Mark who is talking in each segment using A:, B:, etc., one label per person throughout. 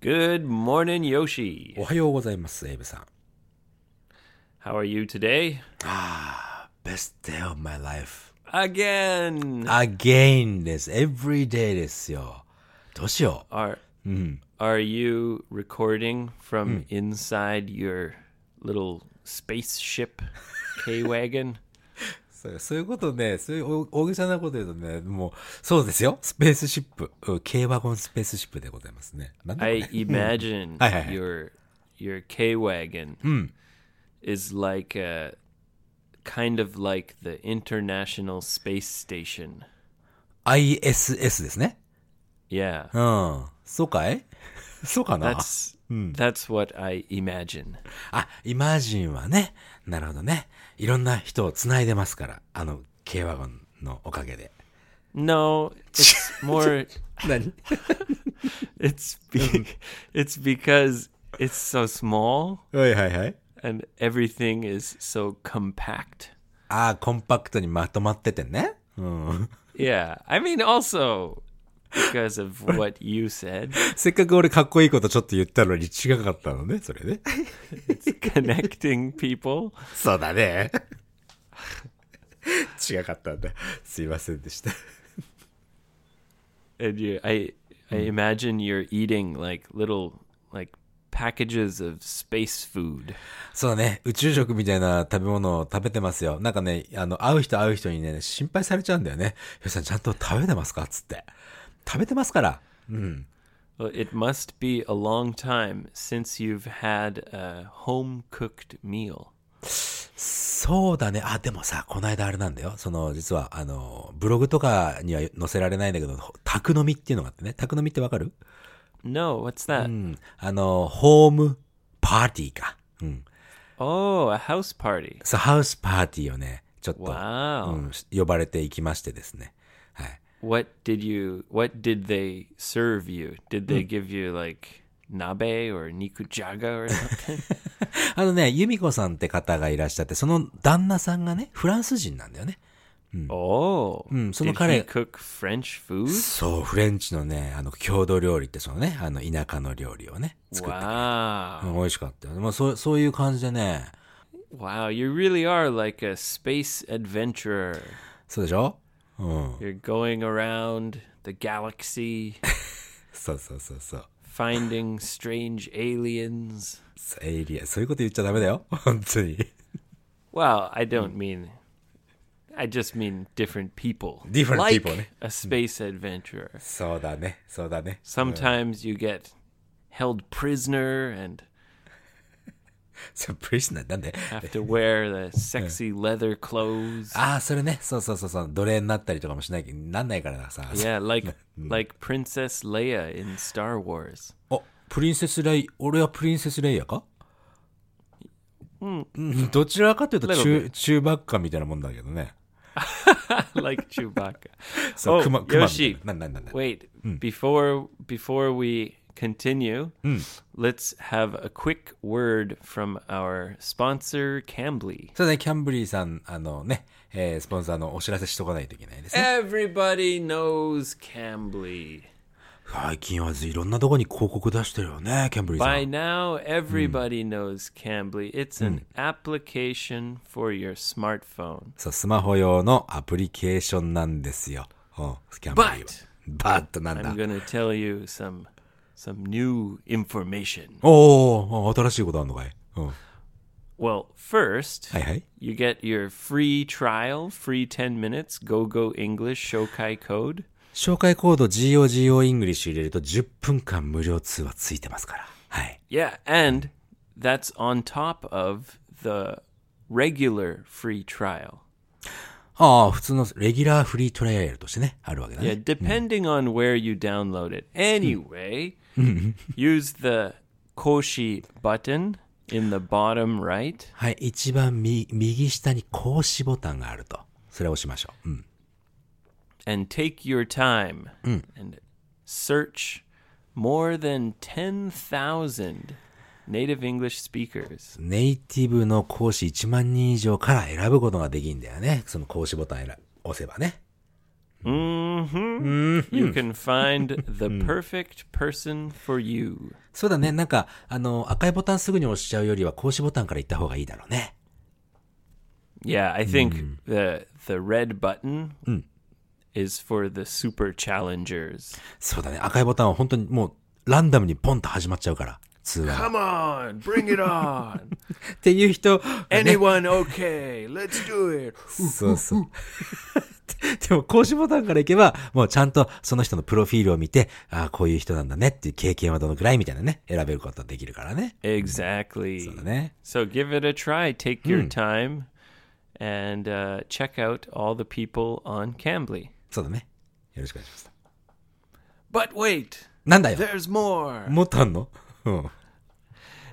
A: Good morning, Yoshi.
B: おはようございます、エイブさん。
A: How are you today?
B: Best day of my life.
A: Again.
B: Again です。Every day ですよ。どうしよ
A: Are
B: Mm-hmm.
A: Are you recording from
B: Mm.
A: inside your little spaceship K wagon?
B: う。そうそういうことね、そういう大大げさなこと言うとね、もう、そうですよ。スペースシップ。うん軽ワゴンスペースシップでございますね。なんだこれ
A: I imagine
B: Hi, Hmm. hi, hi.
A: your your K wagon is like a kind of like the International Space Station.
B: ?ISS ですね。
A: Yeah.
B: うん。そうかい そうかな
A: That's
B: Hmm.
A: that's what I imagine.
B: あ、イマジンはね、なるほどね。いろんな人を繋いでますから。あの、軽ワゴンのおかげで。
A: No, it's more
B: 何
A: it's be, it's because it's so small
B: はいはいはい。
A: and everything is so compact.
B: ああ、コンパクトにまとまっててね。うん。
A: Yeah. I mean also because of what you said,
B: せっかく俺かっこいいことちょっと言ったのに違かったのね、それね。
A: connecting people.
B: そうだね。 違かったんだ。すいませんでした。
A: And you, I I imagine you're eating like little like packages of space food.
B: そうだね。宇宙食みたいな食べ物を食べてますよ。なんかね、あの、会う人会う人にね、心配されちゃうんだよね。よしさん、ちゃんと食べてますかつって。食べてますから。うん。
A: Well, it must be a long time since you've had a home cooked meal.
B: そうだね。あ、でもさ、この間あれなんだよ。その、実は、あの、ブログとかには載せられないんだけど、宅飲みっていうのがあってね。宅飲みってわかる
A: No, what's that?
B: うん。あの、ホームパーティーか。うん。
A: Oh, a house party.
B: そう、ハウスパーティーをね、ちょっと、
A: Wow.
B: うん、呼ばれていきましてですね。はい。
A: What did you what did they serve you? Did
B: Hmm.
A: they give you like nabe or nikujaga or something?
B: あのね、由美子さんって方がいらっしゃって、その旦那さんがね、フランス人なんだよね。
A: oh.
B: Hmm. so
A: did he
B: 彼-
A: cook French food?
B: そう、フレンチのね、あの、郷土料理ってそのね、あの、田舎の料理をね、作って。
A: Wow.
B: うん美味しかったよね。まあ、そう、そういう感じでね、
A: Wow, you really are like a space adventurer.
B: そうでしょうん。
A: You're going around the galaxy
B: そうそうそうそう。
A: finding strange aliens.
B: そうエイリアン、そういうこと言っちゃダメだよ。本当に。
A: Well, I
B: Hmm.
A: don't mean I just mean different people.
B: Different
A: like
B: people, eh?
A: A space adventurer.
B: そうだね、そうだね。
A: Sometimes you get held prisoner and
B: そう、プリシナなんで
A: have to wear the sexy leather clothes.
B: ああ、それね。そうそうそうそう。奴隷になったりとかもしないけど、なんないからさ。
A: Yeah, like like Princess Leia in Star Wars.
B: あ、プリンセスレイ、俺はプリンセスレイヤーかうん。どちらかというと
A: Little
B: 中、中ばっかみたいなもんだけどね。
A: like Chewbacca.
B: そう、
A: Oh,
B: 熊、熊みたい
A: Yoshi.
B: な。なんなんなんだ。
A: Wait, before before we continue, let's have a quick word from our sponsor Cambly.
B: そうだね、キャンブリーさん、あのね、えースポンサーのお知らせしとかないといけないですね。
A: Everybody knows Cambly.
B: 最近はいろんなとこに広告出してるよね、キャンブリーさ
A: By
B: ん。
A: now, everybody knows Cambly. It's an application for your smartphone.
B: そう、スマホ用のアプリケーションなんですよ。うん、キャンブリーは。バッとなん
A: I'm
B: だ。
A: gonna tell you some some new information.
B: おー、新しいことあんのかいうん。は
A: Well, first,
B: いはい。
A: you get your free trial, free 10 minutes, Go Go English Shokai code.
B: 紹介コード GOGO イングリッシュ入れると10分間無料通話ついてますから。はい。
A: Yeah, and that's on top of the regular free trial.
B: ああ、普通のレギュラーフリートライアルとしてね、あるわけだ
A: Yeah,
B: ね。
A: depending on where you download it. Anyway, use the Koshi button in the bottom right.
B: はい。一番み右下に講師ボタンがあると。それを押しましょう。うん。
A: and take your time and search more than 10,000 native English speakers.
B: ネイティブの講師1万人以上から選ぶことができるんだよね。その講師ボタン選押せばね。
A: Mm-hmm. Mm.
B: うん。
A: You can find the perfect person for you.
B: そうだね。なんか、あの、赤いボタンすぐに押しちゃうよりは、格子ボタンから行った方がいいだろうね。
A: Yeah, I think the the red button is for the super challengers.
B: そうだね。赤いボタンは本当にもう、ランダムにポンと始まっちゃうから、通話が。
A: Come on, bring it on.
B: っていう人、ね、
A: Anyone okay? Let's do it.
B: そうそう。 でも、格子ボタンから行けば、もうちゃんとその人のプロフィールを見て、ああ、こういう人なんだねっていう経験はどのくらいみたいなね、選べることができるからね。
A: Exactly.
B: そうだね。
A: So give it a try. Take your time and uh, check out all the people on Cambly.
B: そうだね。よろしくお願いします。
A: But wait,
B: なんだよ
A: there's more.
B: もっとあんのうん。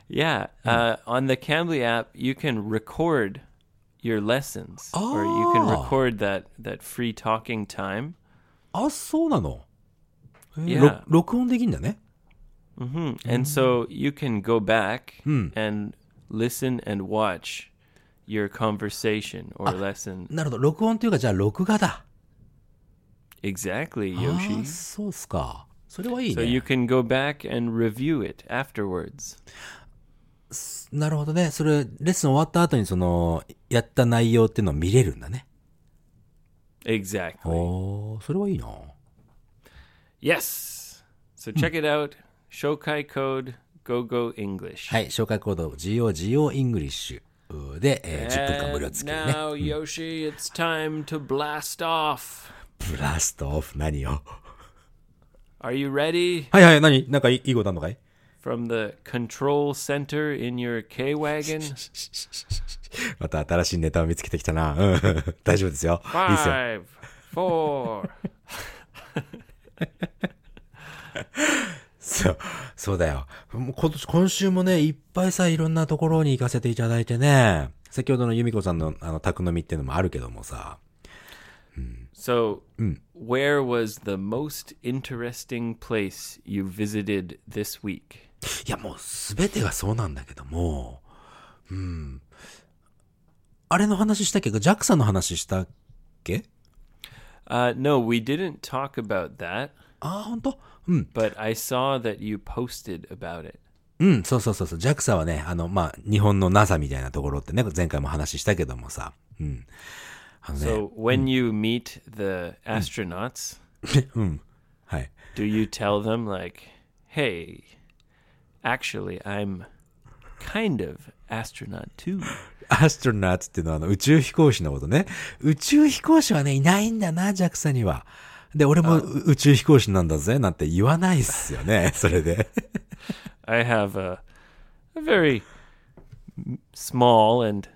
A: Yeah, uh, on the Cambly app, you can record your lessons, or you can
B: Ah.
A: record that that free talking time.
B: あ、そうなの、えー
A: Yeah.
B: ろ録音できんだね。
A: Hmm. And so you can go back and listen and watch your conversation or lesson.
B: なるほど。録音というか、じゃあ、録画だ。
A: Exactly,
B: あ
A: Yoshi.
B: ーそうっすか。それはいい
A: So
B: ね。
A: you can go back and review it afterwards.
B: なるほどね。それ、レッスン終わった後に、その、やった内容っていうのを見れるんだね。
A: Exactly.
B: Oh. おー、それはいいな。
A: Yes. So check it out. Shokai code GoGo English.
B: はい、紹介コード GOGO イングリッシュで、えー10分間無料
A: And
B: つけるね。
A: now, Yoshi, it's time to blast off.
B: ブラストオフ、何 よ。
A: Are you ready?
B: はいはい、何なんかいいいいことあんのかい
A: From the control center in your K Wagon?
B: また新しいネタを見つけてきたな。 うん大丈夫ですよ。いいです
A: Five,
B: よ。
A: four.
B: そう、そうだよ。もう今年、今週もね、いっぱいさ、いろんなところに行かせていただいてね。先ほどの由美子さんの、あの、宅飲みっていうのもあるけどもさ。
A: So, where was the most interesting place you visited this week?
B: いや、もうすべてがそうなんだけども、うん。あれの話したっけ ?JAXA の話したっけ
A: Uh, no, we didn't talk about that,
B: ああ、ほんとうん。
A: but I saw that you posted about it.
B: うん、そうそうそうそう。JAXA はね、あの、まあ、日本の NASA みたいなところってね、前回も話したけどもさ。うん。あのね、
A: So, when you meet the astronauts,
B: うん。はい。
A: do you tell them, like, hey, actually, I'm kind of astronaut too?
B: アストロナーツっていうのはあの宇宙飛行士のことね。宇宙飛行士はね、いないんだな、JAXA には。で、俺もう宇宙飛行士なんだぜ、なんて言わないっすよね、それで。
A: I have a, a very m- small and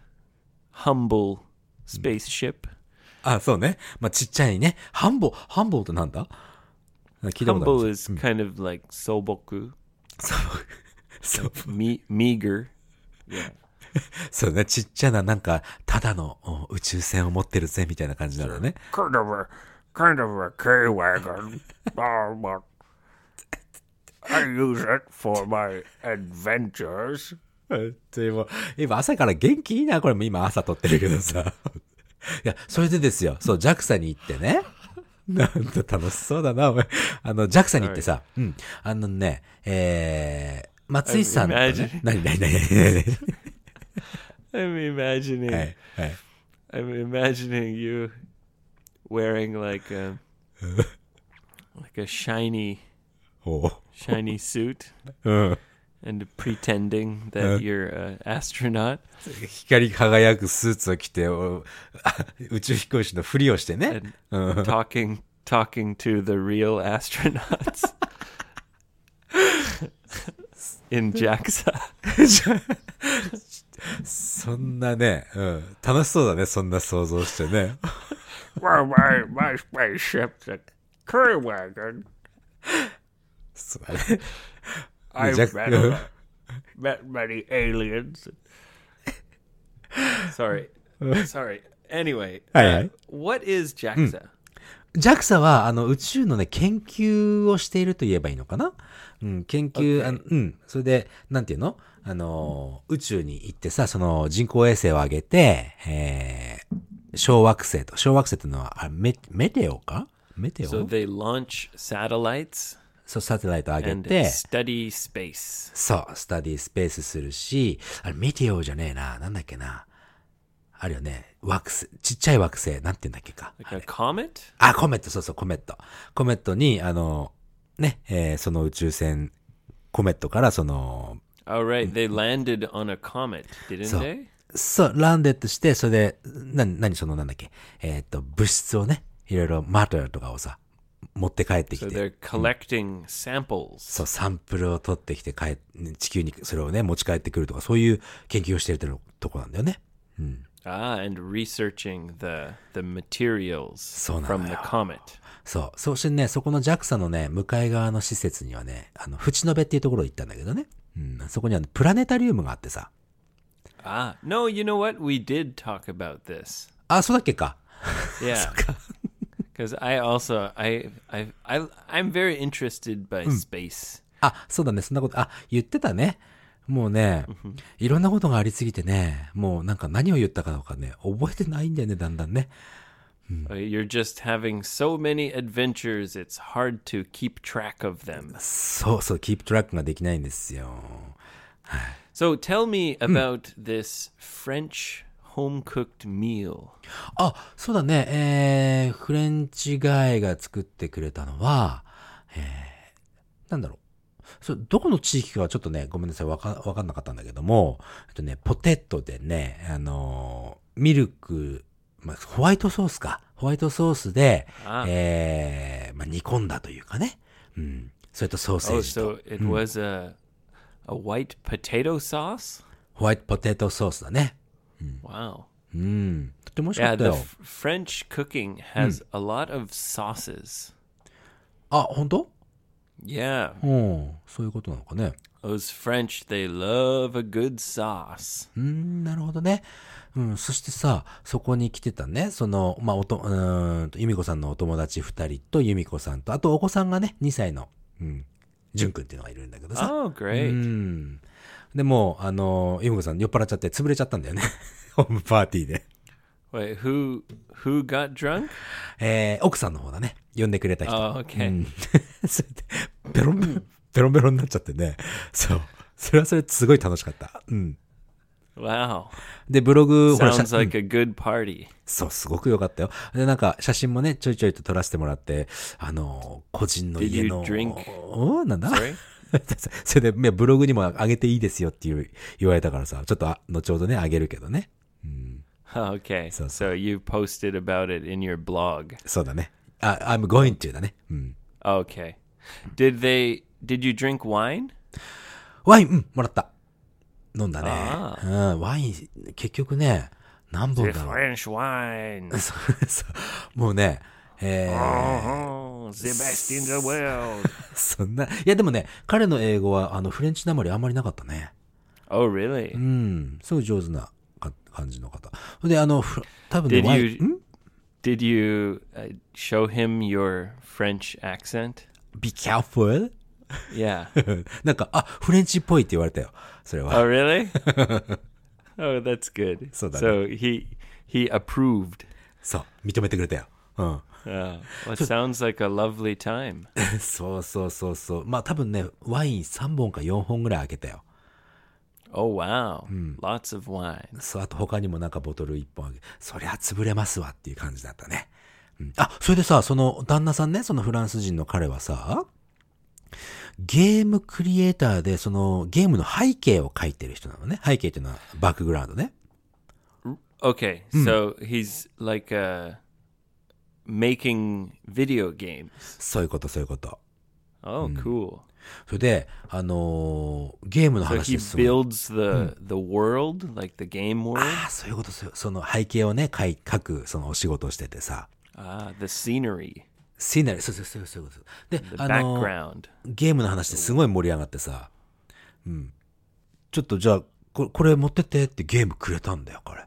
A: humble spaceship.
B: あ、そうね。まあ、ちっちゃいね。ハンボ、ハンボってなんだ聞いたことあ
A: Humble
B: る。
A: is kind of like soboku,
B: そう、
A: me- meager.
B: そうね。ちっちゃな、なんか、ただのお宇宙船を持ってるぜ、みたいな感じなんだね。
C: kind of a kind of a K wagon. Oh, but I use it for my adventures.
B: でも、今朝から元気いいな。これも今朝撮ってるけどさ。いや、それでですよ。そう、JAXA に行って ね。なんだ、楽しそうだな、お前。あの、JAXA に行ってさ、うん。あのね、えー、松井さんと、ね
A: Imagine.、
B: 何、何、何、何、何、
A: I'm imagining.
B: はい、はい。
A: I'm imagining you wearing like a like a shiny,
B: おう
A: shiny suit
B: うん。
A: and pretending that you're an astronaut
B: 光り輝くスーツを着て、 おあ宇宙飛行士のふりをしてね。
A: and
B: うん。
A: talking talking to the real astronauts in JAXA.
B: そんなね、うん。楽しそうだね、そんな想像してね。
C: Well, my my spaceship's a K wagon.
B: そうだね
C: I've
B: Jack-
C: met, a- met many aliens.
A: Sorry, sorry. Anyway,
B: Aye, aye.
A: what is JAXA?
B: JAXA は、あの、宇宙のね、研究をしていると言えばいいのかなうん、研究、あのうん、それで、なんていうのあのー、宇宙に行ってさ、その人工衛星を上げて、えー、小惑星と、小惑星っていうのは、あメメテオかメテオ
A: So they launch satellites
B: そう、サテライト上げ
A: and
B: て、
A: study space.
B: そう、スタディスペースするし、あれ、メテオじゃねえな、なんだっけな。あるよね、惑星、ちっちゃい惑星、なんて言うんだっけか。
A: Like a comet?
B: あ、コメット、そうそう、コメット。コメットに、あの、ね、えーその宇宙船、コメットから、その、
A: Oh, right. They landed on a comet, didn't
B: Mm-hmm. So-
A: they?
B: そう、ランデットして、それで、な、なにそのなんだっけ、えーっと、物質をね、いろいろマターとかをさ、持って帰ってき
A: So
B: て、
A: they're collecting samples.
B: そう、サンプルを取ってきて帰っ、地球にそれをね、持ち帰ってくるとか、そういう研究をしてるってとこなんだよね。
A: Ah, and researching the the materials
B: So
A: from the
B: now-
A: comet.
B: そう。そしてね、そこの JAXA のね、向かい側の施設にはね、あの、淵野辺っていうところ行ったんだけどね。うん、そこにはプラネタリウムがあってさ。
A: Ah, no, you know what? We did talk about this.
B: あ、そうだっけか。
A: Yeah. Cuz I also I I I I'm very interested by
B: Mm.
A: space.
B: あ、そうだね、そんなこと、あ、言ってたね。もうね、いろんなことがありすぎてね、もうなんか何を言ったかとかね、覚えてないんだよね、だんだんね。
A: Uh, You're just having so many adventures, it's hard to keep track of them.
B: そうそう、キープトラックができないんですよ。
A: So tell me about this French home-cooked meal.
B: あ、そうだね、えー、フレンチガイが作ってくれたのは、えー、なんだろう。そう、どこの地域かはちょっとね、ごめんなさい、わか、わかんなかったんだけども、えっとね、ポテトでね、あのーミルク、まあ、ホワイトソースか。ホワイトソースで、
A: Ah.
B: えー、まあ、煮込んだというかね。うん。それとソーセ
A: Oh,
B: ージと、
A: so it was a a white potato sauce?
B: ホワイトポテトソースだね。
A: Wow.
B: うん。とても美味しか
A: Yeah,
B: った
A: the
B: よ。
A: f- French cooking has a lot of sauces.
B: あ、本当
A: Yeah,
B: うん。そういうことなのかね。
A: those French, they love a good sauce.
B: うーん、なるほどね。うん、そしてさ、そこに来てたね、その、まあ、おと、うーんと、由美子さんのお友達二人と由美子さんと、あとお子さんがね、2歳の、うん、淳くんっていうのがいるんだけどさ。
A: Oh,
B: う
A: great.
B: ん。でもう、あの、由美子さん酔っ払っちゃって潰れちゃったんだよね。 ホームパーティーで。
A: Wait, who who got drunk?
B: えー、奥さんの方だね。呼んでくれた人。
A: Oh, okay.
B: うん それで、ベロンベロン、ベロンベロンになっちゃってね。そう。それはそれすごい楽しかった。うん。
A: Wow.
B: で、ブログ、ほら、
A: Sounds
B: 写
A: like a good party.
B: そう、すごく良かったよ。で、なんか、写真もね、ちょいちょいと撮らせてもらって、あの、個人の
A: Did
B: 家の。
A: you drink?
B: おーなんだ
A: Sorry?
B: それで、ねブログにも上げていいですよっていう言われたからさ、ちょっと、あ後ほどね、上げるけどね。
A: Okay.
B: So-
A: So you posted about it in your blog.
B: そうだね。あ、I'm going to だね。うん。
A: Okay. Did they did you drink wine?
B: ワイン、うん、もらった。飲んだね
A: あ。
B: うん、ワイン、結局ね、何本
C: The
B: だろう。
C: French wine.
B: そう そうもうね、えー
C: Oh, the best in the world.
B: そんな、いやでもね、彼の英語は、あの、フレンチなまりあんまりなかったね。
A: Oh, really?
B: うん、すごい上手なか感じの方。で、あの、ふ多分ね、
A: Did
B: ワイン
A: you did you uh, show him your French accent?
B: ?be careful?
A: Yeah.
B: なんか、あ、フレンチっぽいって言われたよ。それは。
A: Oh, really? oh, that's good.
B: So that-
A: so he he approved.
B: そう、認めてくれたよ。うん。
A: Uh, well, it sounds like a lovely time.
B: そうそうそうそう。まあ多分ね、ワイン3本か4本ぐらい開けたよ。
A: Oh wow,
B: Hmm.
A: lots of wine.
B: そう、あと他にもなんかボトル1本開け、そりゃ潰れますわっていう感じだったね。うん、あ、それでさ、その旦那さんね、そのフランス人の彼はさ、ゲームクリエイターで、そのゲームの背景を描いてる人なのね。背景っていうのはバックグラウンドね。
A: Okay,
B: Hmm.
A: so he's like uh, making video games.
B: そういうこと、そういうこと。
A: Oh,
B: Hmm.
A: cool.
B: それで、あのーゲームの
A: So
B: 話
A: he
B: ですごい。
A: builds the
B: Hmm.
A: the world, like the game world,
B: ああ、そういうこと、そういうその背景をね、書い書く、そのお仕事をしててさ。
A: ah, the scenery,
B: シナリそうそうそうそういうこと。で
A: the、
B: あのー
A: background.
B: ゲームの話ですごい盛り上がってさ。うん。ちょっとじゃあ、ここれ持ってってってゲームくれたんだよ、これ。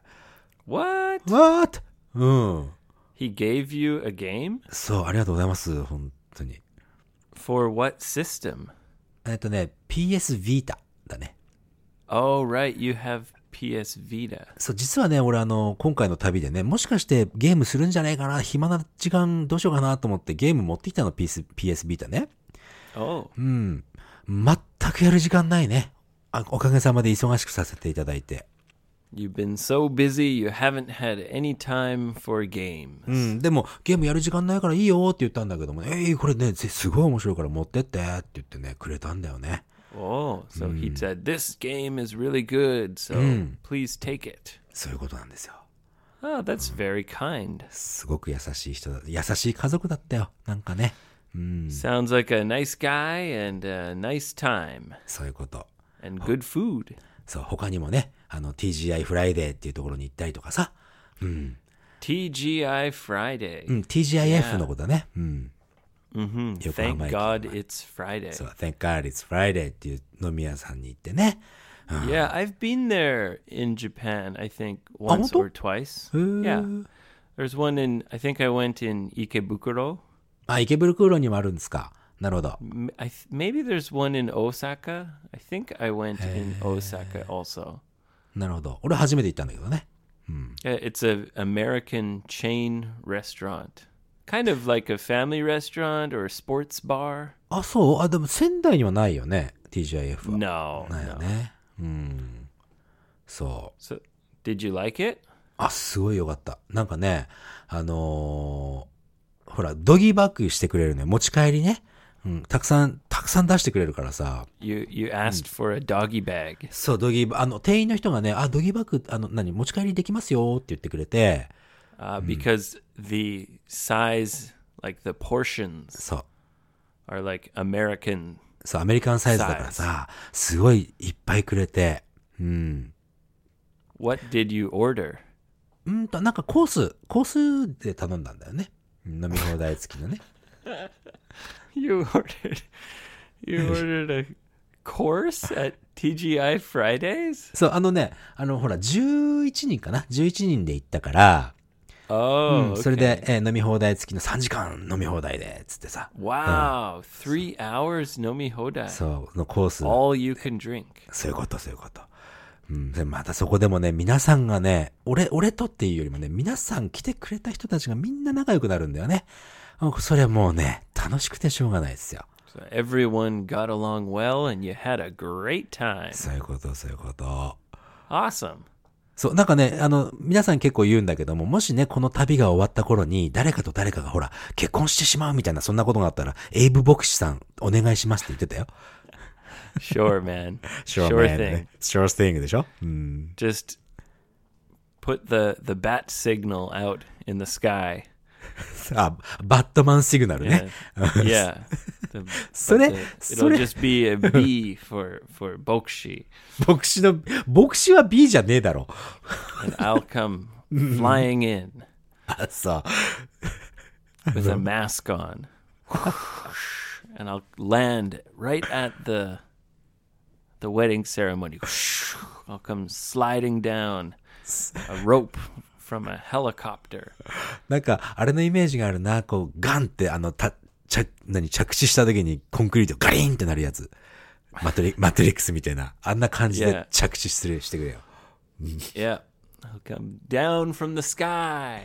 A: What?
B: What? うん。
A: He gave you a game
B: そう、ありがとうございます、本当に。
A: for what system?
B: えっとね、PS Vita だね。
A: Oh, right. You have PS Vita.
B: そう、実はね、俺あの、今回の旅でね、もしかしてゲームするんじゃないかな、暇な時間どうしようかなと思ってゲーム持ってきたの、PS、PS ビータね。
A: Oh,
B: うん。全くやる時間ないね。あおかげさまで忙しくさせていただいて。
A: you've been so busy you haven't had any time for games.
B: うん。でも、ゲームやる時間ないからいいよって言ったんだけどもね、えー、これね、ぜすごい面白いから持ってってって言ってね、くれたんだよね。
A: Oh, so he said, This game is really good, so please take it.
B: そういうことなんですよ。
A: Oh, that's very kind.
B: すごく優しい人だ。優しい家族だったよ。なんかね。
A: Sounds like a nice guy and a nice time
B: そういうこと。
A: and good food.
B: そう、他にもね、あの、TGI フライデーっていうところに行ったりとかさ。
A: TGI Friday.
B: うん、TGIF のことだね。うん。横浜駅
A: Thank God it's Friday.
B: そう、Thank God it's Friday っていう飲み屋さんに行ってね。
A: Yeah, I've been there in Japan, I think, once
B: Amoto?
A: or twice. Yeah. There's one in, I think I went in Ikebukuro.
B: あ、池袋空路にもあるんですか。なるほど。
A: M- I th- maybe there's one in Osaka. I think I went in Osaka also.
B: なるほど。俺初めて行ったんだけどね。
A: Uh, It's a American chain restaurant. Kind of like a family restaurant or a sports bar.
B: あ、そうあ、でも仙台にはないよね。TGIF は。
A: No.
B: ないよ
A: no.
B: ね。うん。そう。
A: So, did you like it?
B: あ、すごいよかった。なんかね、あのーほら、ドギーバッグしてくれるね。持ち帰りね。うん、たくさん、たくさん出してくれるからさ。
A: You you asked for a doggy bag.
B: そう、ドギーバあの、店員の人がね、あ、ドギーバッグ、あの、何、持ち帰りできますよって言ってくれて、
A: Uh, because the size, like the portions,
B: そう、
A: are like American.
B: そう、アメリカンサイズだからさ、すごいいっぱいくれて、うん。
A: What did you order?
B: うんと、なんかコース、コースで頼んだんだよね。飲み放題付きの ね。
A: You ordered, you ordered a course at TGI Fridays.
B: そう、あのね、あの、ほら、11人かな ?11 人で行ったから、
A: Oh,
B: それ
A: okay.
B: で、えー飲み放題付きの3時間飲み放題で、つってさ、
A: wow, three hours nomi hodai,
B: そう、のコース、
A: all you can drink.
B: そういうこと、そういうこと。うん、でまたそこでもね、皆さんがね、俺、俺とっていうよりもね、皆さん来てくれた人たちがみんな仲良くなるんだよね。あそれはもうね、楽しくてしょうがないですよ。
A: So everyone got along well, and you had a great time.
B: そういうこと、そういうこと。
A: Awesome.
B: そう、なんかね、あの、皆さん結構言うんだけども、もしね、この旅が終わった頃に、誰かと誰かがほら、結婚してしまうみたいな、そんなことがあったら、エイブ牧師さん、お願いしますって言ってたよ。
A: Sure, man. thing.
B: Sure thing でしょうん。
A: Just put the the bat signal out in the sky.
B: あ、バットマンシグ ナル
A: Yeah.
B: ね。
A: yeah. The-
B: So
A: but
B: that-
A: the-
B: so
A: it'll
B: that-
A: just be a B for for Bokshi,
B: 牧師の、牧師は B じゃねえだろ。
A: and I'll come flying in
B: あ、そう。
A: with a mask on, and I'll land right at the the wedding ceremony. I'll come sliding down a rope from a helicopter.
B: なんか、あれのイメージがあるな。こう、ガンって、あの、た、着、何、着地した時にコンクリートガリンってなるやつ。マトリ、マトリックスみたいな。あんな感じで
A: Yeah.
B: 着地する、してくれよ。
A: Yeah, I'll come down from the sky.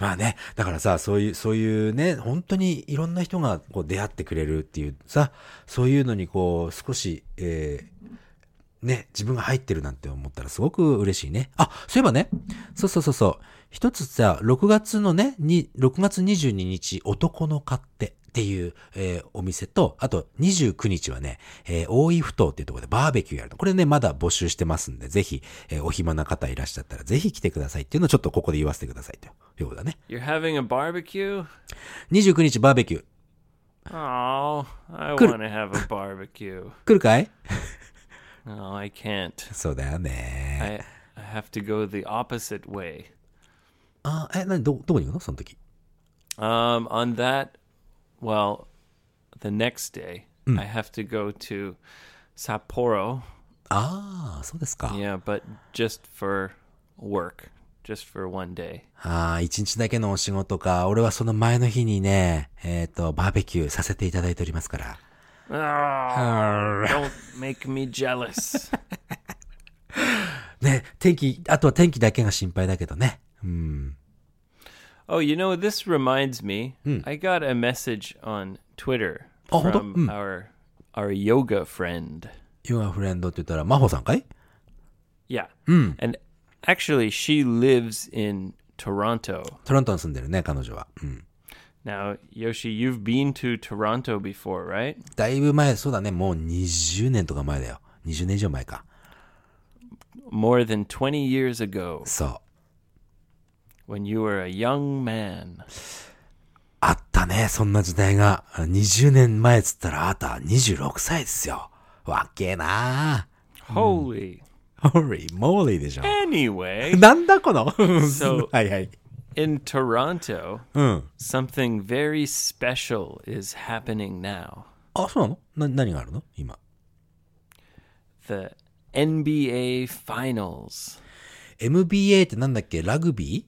B: まあね、だからさ、そういう、そういうね、本当にいろんな人がこう出会ってくれるっていうさ、そういうのにこう、少し、えーね、自分が入ってるなんて思ったらすごく嬉しいね。あ、そういえばね、そうそうそうそう、一つさ、6月のね、に6月22日、男の勝手っていう、えーお店と、あと29日はね、えー大井ふ頭っていうところでバーベキューやるの。これね、まだ募集してますんで、ぜひ、えーお暇な方いらっしゃったら、ぜひ来てくださいっていうのをちょっとここで言わせてくださいということだね。
A: You're having a barbecue?
B: 29日バーベキュー。
A: Oh, I want to have a barbecue.
B: 来るかい
A: No, I can't.
B: そうだよね。
A: I I have to go the opposite way.
B: あ、え、なに、ど、どこに行くのその時。
A: Um, on that, well, the next day I have to go to Sapporo.
B: ああ、そうですか。
A: Yeah, but just for work, just for one day.
B: ああ、一日だけのお仕事か。俺はその前の日にね、えっ、と、バーベキューさせていただいておりますから。
A: Oh, don't make me jealous.
B: ねね、天気、あとは天気だけが心配だけどね。うん。
A: Oh, you know, this reminds me. I got a message on Twitter
B: あ、本当？
A: from
B: うん。
A: our our yoga friend.
B: Your friend って言ったら、真帆さんかい
A: Yeah. And actually, she lives in Toronto.
B: トロントに住んでるね、彼女は。うん。
A: Now, Yoshi, you've been to Toronto before, right?
B: だいぶ前、そうだね、もう20年とか前だよ。20年以上前か。
A: More than 20 years ago,
B: そう。
A: when you were a young man.
B: あったね、そんな時代が。20年前っつったら、あなた26歳ですよ。わっけえな
A: Holy.
B: ホーリー、モーリーでしょ。
A: Anyway,
B: なんだこの
A: So-
B: はいはい。
A: in Toronto,
B: うん。
A: something very special is happening now.
B: あ、そうなのな、何があるの今。
A: The NBA Finals.
B: MBA ってなんだっけラグビ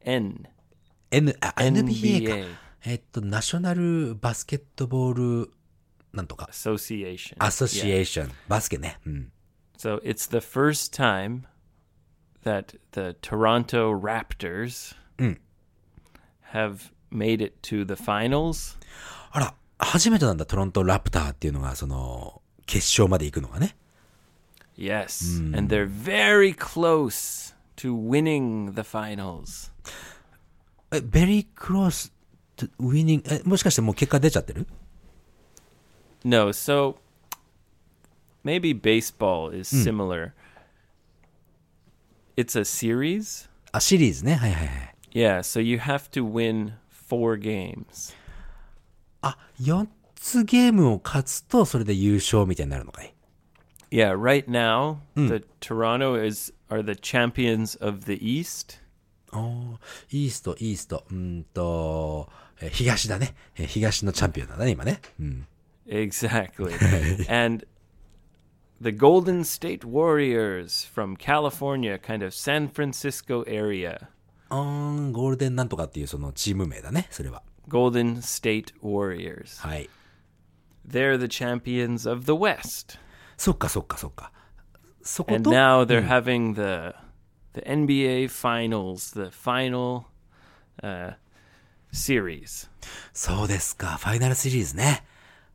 A: N.
B: ー ?N、あ、NBA か。
A: NBA
B: えっと、ナショナルバスケットボール、なんとか。
A: Association.
B: アソシ
A: Yeah.
B: エーション。バスケね。うん。
A: So it's the first time that the Toronto Raptors
B: Mm.
A: have made it to the finals.
B: あら、初めてなんだ、トロントラプターっていうのが、その、決勝まで行くのがね。
A: Yes. And they're very close to winning the finals.
B: え、ベリークロス、ウィニング、え、もしかしてもう結果出ちゃってる
A: No, so maybe baseball is similar. It's a series.
B: あ、シリーズね。はいはいはい。
A: Yeah, so you have to win four games.
B: あ、4つゲームを勝つと、それで優勝みたいになるのかい
A: Yeah, right now the Toronto is are the champions of the East.
B: おーイースト、イースト、うーんと、え東だね。え東のチャンピオンなんだね、今ね。うん。
A: Exactly. and the Golden State Warriors from California, kind of San Francisco area.
B: あーゴールデンなんとかっていうそのチーム名だね、それは。
A: Golden State Warriors.
B: はい。
A: They're the champions of the West.
B: そっかそっかそっか。そこ
A: And
B: と、
A: now they're having the the NBA finals, the final uh, series.
B: そうですか、ファイナルシリーズね。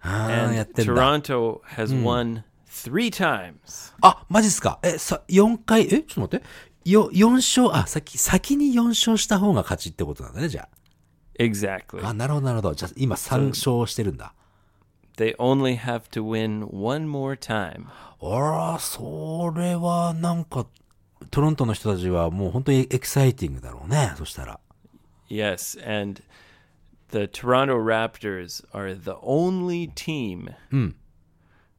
B: あーや
A: And
B: ってんだ。
A: Toronto has won 3 times.
B: あ、マジっすか。え、さ、4回、え、ちょっと待って。よ、4勝、あ、先、先に4勝した方が勝ちってことなんだね、じゃ
A: Exactly.
B: あ。あ、なるほど、なるほど。じゃあ、今3勝してるんだ。
A: They only have to win one more time.
B: あら、それはなんか、トロントの人たちはもう本当にエキサイティングだろうね。そしたら。
A: Yes, and the Toronto Raptors are the only team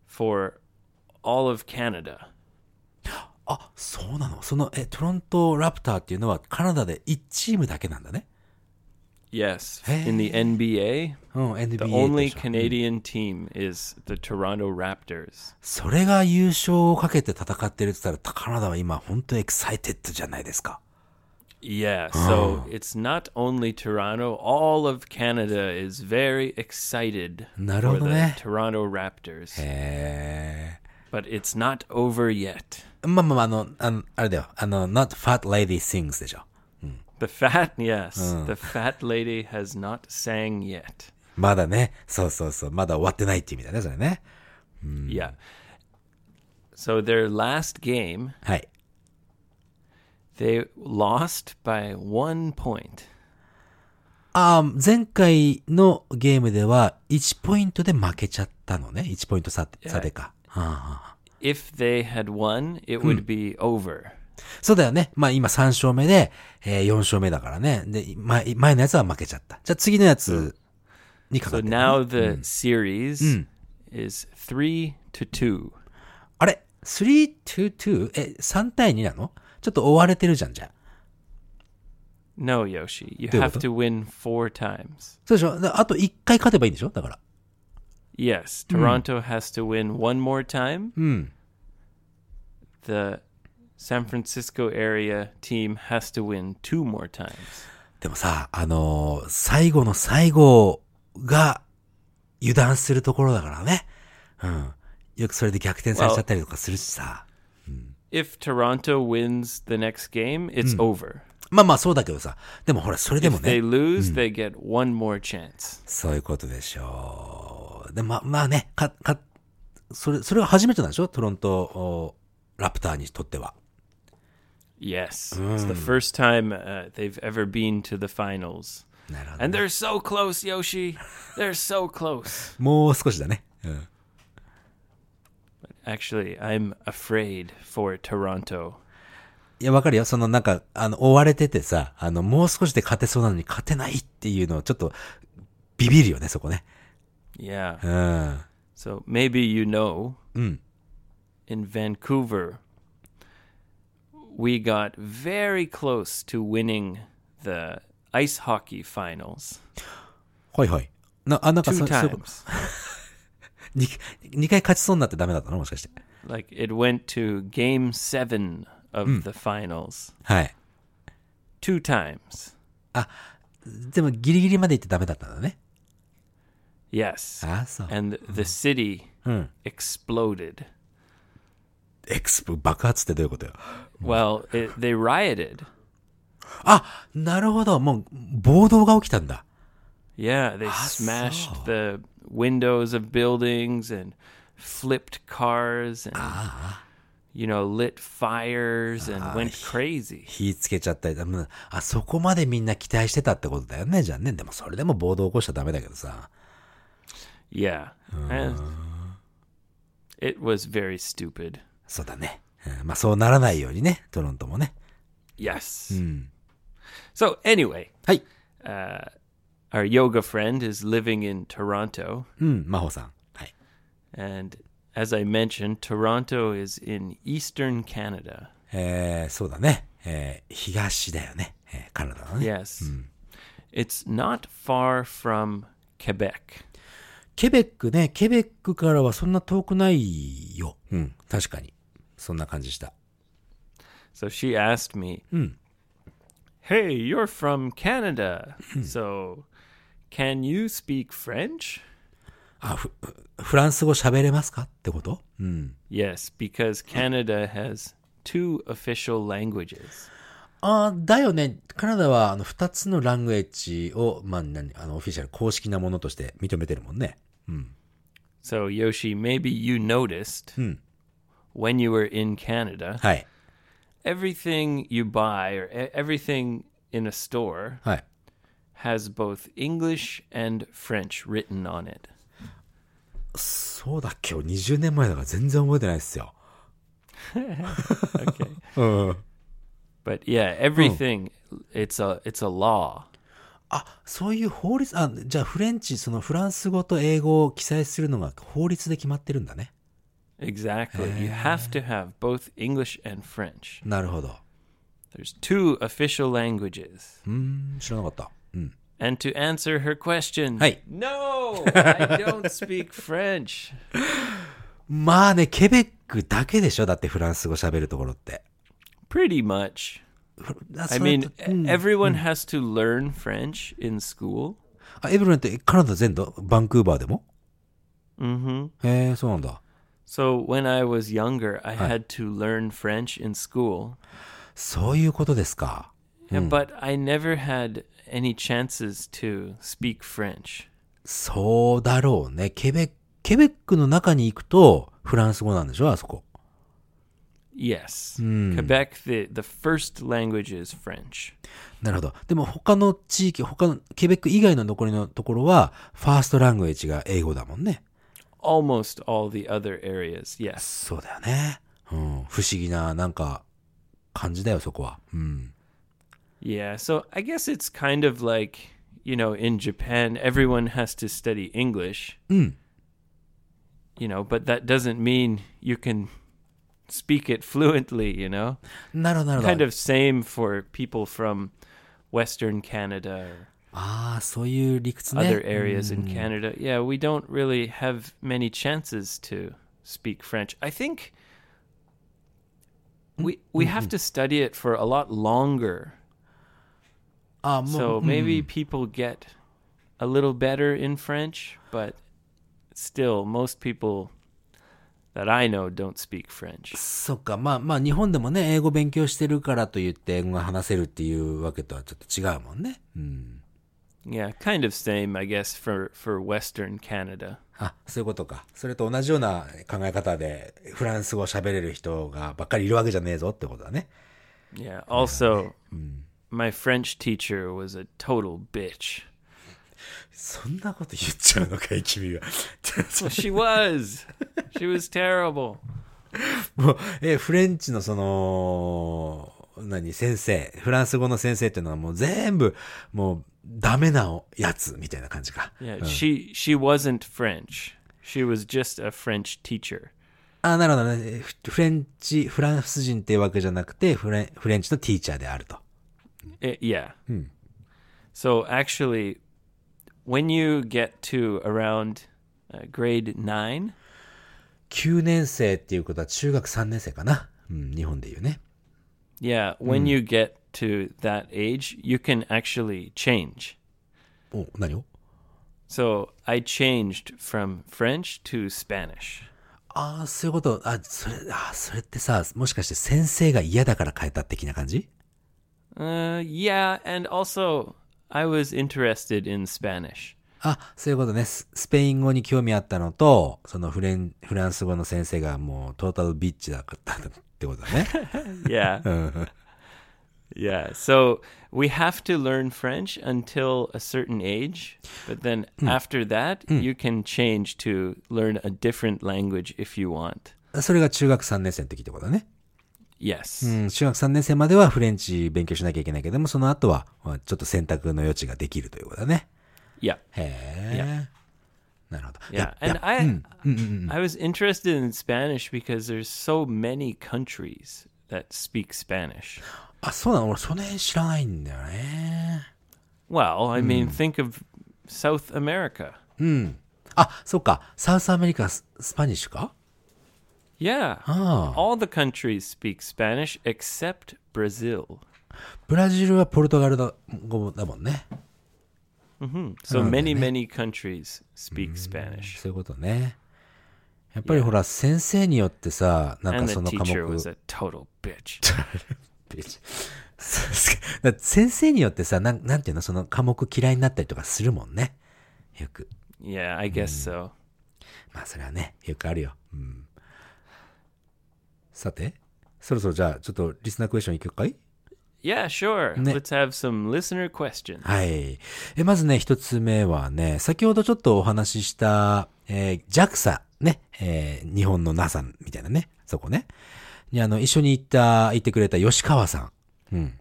A: for all of Canada.
B: あ、そうなのその、え、トロントラプターっていうのはカナダで1チームだけなんだね。
A: Yes,
B: Hey.
A: in the NBA,
B: うん、NBA
A: the
B: として
A: only Canadian team is the Toronto Raptors.
B: それが優勝をかけて戦ってるって言ったら、カナダは今本当エキサイテッドじゃないですか。
A: Yeah, so it's not only Toronto, all of Canada is very excited for the
B: なるほどね。
A: Toronto Raptors.
B: へ
A: But it's not over yet.
B: ーまあまあまあ、あの、あの、あれだよ。あの、not fat lady sings でしょ。
A: The fat, yes, the fat lady has not sang yet.
B: まだね。そうそうそう。まだ終わってないって意味だね、それね。
A: Yeah. So their last game,
B: はい。
A: they lost by one point.
B: あー前回のゲームでは1ポイントで負けちゃったのね。1ポイント差差でか。はあはあ
A: If they had won, it would be over.
B: そうだよね。まあ今3勝目で、え4勝目だからね。で、前前のやつは負けちゃった。じゃあ次のやつにかか
A: So
B: ってる、
A: now the series is three to two.
B: あれ ?3-2-2? え、3対2なのちょっと追われてるじゃん、じゃあ。
A: No, Yoshi, you
B: どういうこと？
A: have to win four times.
B: そうでしょだあと1回勝てばいいんでしょだから。
A: Yes, Toronto has to win one more time. The San Francisco area team has to win two more times.
B: でもさ、あのー最後の最後が油断するところだからね。うん。よくそれで逆転されちゃったりとかするしさ。
A: if Toronto wins the next game, it's over.
B: まあまあそうだけどさ。でもほら、それでも
A: If they
B: ね、
A: lose, they get one more chance.
B: そういうことでしょう。で、まあまあね、か、か、それ、それは初めてなんでしょトロントおラプターにとっては。
A: Yes. It's the first time uh, they've ever been to the finals.
B: なるほど
A: And they're so close, Yoshi. They're so close.
B: もう少しだね。うん。
A: Actually, I'm afraid for Toronto.
B: いや、わかるよ。そのなんか、あの、追われててさ、あの、もう少しで勝てそうなのに勝てないっていうのをちょっと、ビビるよね、そこね。
A: Yeah.
B: うん。
A: So maybe you know,
B: うん。
A: in Vancouver, we got very close to winning the ice hockey finals
B: はいはい。な、あ、なんか
A: two
B: そ、そういうこと
A: times.
B: に二回勝ちそうになってダメだったのもしかして。
A: Like it went to game seven of the finals
B: はい。
A: two times.
B: でも、ギリギリまで行ってダメだったんだね。
A: Yes.
B: あ、そう。
A: And the city exploded.
B: エクスプ爆発ってどういうことよ。
A: Well, it, they rioted.
B: あ、なるほど。もう、暴動が起きたんだ。
A: Yeah, they smashed the windows of buildings and flipped cars and you know lit fires and went crazy.
B: 火つけちゃったりだうんあ、そこまでみんな期待してたってことだよね、じゃあね。でも、それでも暴動起こしちゃダメだけどさ。
A: Yeah, And it was very stupid.
B: そうだね。うんまあ、そうならないようにね、トロントもね。
A: Yes. Hmm. So anyway,
B: はい。
A: our yoga friend is living in Toronto,
B: うん、真帆さん。はい。
A: and as I mentioned, Toronto is in eastern Canada.
B: えー、そうだね。えー、東だよね。えー、カナダのね。
A: Yes. It's not far from Quebec.
B: ケベックね、ケベックからはそんな遠くないよ。うん、確かに。そんな感じした。
A: So she asked me, Hey, you're from Canada. so can you speak French?
B: あ、フフランス語喋れますかってことうん。
A: Yes, because Canada has two official languages.
B: あーだよね。カナダは、あの、二つのラングエッジを、まあ、何、あの、オフィシャル、公式なものとして認めてるもんね。
A: So, Yoshi, maybe you noticed when you were in Canada,
B: はい。
A: everything you buy or e- everything in a store
B: はい。
A: has both English and French written on it.
B: そうだっけ ?20 年前だから全然覚えてないっすよ。
A: Okay.
B: うん。
A: But yeah, everything it's a it's a law.
B: あ、そういう法律、あ、じゃあフレンチ、そのフランス語と英語を記載するのが法律で決まってるんだね。
A: Exactly. You have to have both English and French.
B: なるほど。
A: There's two official languages.
B: うーん、知らなかった。うん。
A: And to answer her question,
B: Hey.
A: no, I don't speak French.
B: まあね、ケベックだけでしょだってフランス語喋るところって。
A: Pretty much.
B: あ
A: I
B: それ
A: mean,
B: と
A: e- everyone has to learn French in school.
B: あエブロンってカナダ全土バンクーバーでも
A: hmm
B: へえ、そうなんだ。
A: So when I was younger, I had to learn French in school,
B: そういうことですか。
A: and- but I never had any chances to speak French.
B: そうだろうね。ケベック、ケベックの中に行くとフランス語なんでしょあそこ。
A: Yes. Quebec, the, the first language is French.
B: なるほど。でも他の地域、他の、ケベック以外の残りのところは、ファーストラングエッジが英語だもんね。
A: Almost all the other areas, yes.
B: そうだよね。うん。不思議な、なんか、感じだよ、そこは。うん。
A: Yeah, so I guess it's kind of like, you know, in Japan, everyone has to study English. You know, but that doesn't mean you can speak it fluently, you know?
B: なるほど、なるほ
A: Kind
B: ど。
A: of same for people from Western Canada
B: ああ、そういう理屈
A: or other
B: ね。
A: areas in Canada. Yeah, we don't really have many chances to speak French. I think we we have to study it for a lot longer
B: ああ、もう、
A: So maybe people get a little better in French, but still, most people that I know don't speak French.
B: そっか。まあまあ、日本でもね、英語勉強してるからと言って英語が話せるっていうわけとはちょっと違うもんね。うん。
A: Yeah, kind of same, I guess, for, for Western Canada.
B: あ、そういうことか。それと同じような考え方で、フランス語喋れる人がばっかりいるわけじゃねえぞってことだね。
A: Yeah, also, my French teacher was a total bitch.
B: そんなこと言っちゃうのかい、君は。
A: She was. she was terrible.
B: もう、え、フレンチのその、何、先生、フランス語の先生っていうのはもう全部、もう、ダメなやつみたいな感じか。
A: Yeah, she she wasn't French. She was just a French teacher.
B: あ、なるほどね。フフレンチ、フランス人っていうわけじゃなくて、フレンフレンチのティーチャーであると。
A: Eh, yeah. So actually, when you get to around uh, grade nine,
B: 9年生っていうことは中学3年生かな。うん、日本で言うね。
A: yeah, when you get to that age, you can actually change.
B: お、何を
A: So I changed from French to Spanish.
B: ああ、そういうこと。あ、それ、あーそれってさ、もしかして先生が嫌だから変えた的な感じ
A: Uh, yeah, and also I was interested in Spanish.
B: あ、そういうことね。ススペイン語に興味あったのと、そのフレン、フランス語の先生がもうトータルビッチだったってことだね。
A: Yeah. yeah. So we have to learn French until a certain age, but then after that, you can change to learn a different language if you want.
B: それが中学3年生の時ってことだね。
A: Yes.
B: うん、中学3年生まではフレンチ勉強しなきゃいけないけども、その後は、まあちょっと選択の余地ができるということだね。
A: Yeah.
B: へえ。なるほど。い
A: Yeah. Hmm.
B: や、
A: And I I was interested in Spanish because there's so many countries that speak Spanish.
B: あ、そうなの俺、その辺知らないんだよね。
A: Well, I mean, think of South America.
B: あ、そっか。サウスアメリカ、ススパニッシュか
A: Yeah.
B: ああ。
A: All the countries speak Spanish except Brazil.
B: ブラジルはポルトガルだ語だもんね。
A: So many, many countries speak Spanish.
B: そういうことね。やっぱりほら、先生によってさ、なんか
A: And
B: そ
A: the
B: の科目
A: teacher。was a total bitch.
B: そうですかだって先生によってさなん、なんていうの、その科目嫌いになったりとかするもんね。よく。
A: yeah, I guess so.
B: まあそれはね、よくあるよ。うん。さて、そろそろじゃあ、ちょっとリスナークエスチョンいくかい
A: Yeah, sure. Let's have some listener questions.
B: はい。え、まずね、一つ目はね、先ほどちょっとお話しした、えー JAXA、ね、えー日本の NASA みたいなね、そこね。に、あの、一緒に行った、行ってくれた吉川さん。うん。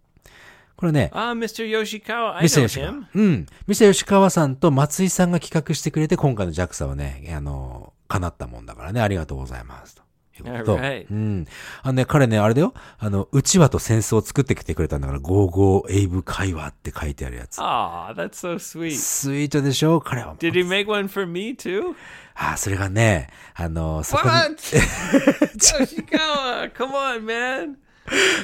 B: これね、
A: Ah, Mr. Yoshikawa, I
B: ミスタ
A: know
B: ー吉川
A: him.。
B: うん。ミスター吉川さんと松井さんが企画してくれて、今回の JAXA はね、あの、叶ったもんだからね、ありがとうございます。ということ
A: Alright.
B: うん。あのね、彼ね、あれだよ。あの、うちわと扇子を作ってきてくれたんだから、ゴーゴーエイブ会話って書いてあるやつ。
A: Ah, that's so sweet.
B: スイートでしょ彼は。
A: Did he make one for me too?
B: あ、それがね、あの、そこに、
A: What? Yoshikawa, come on, man.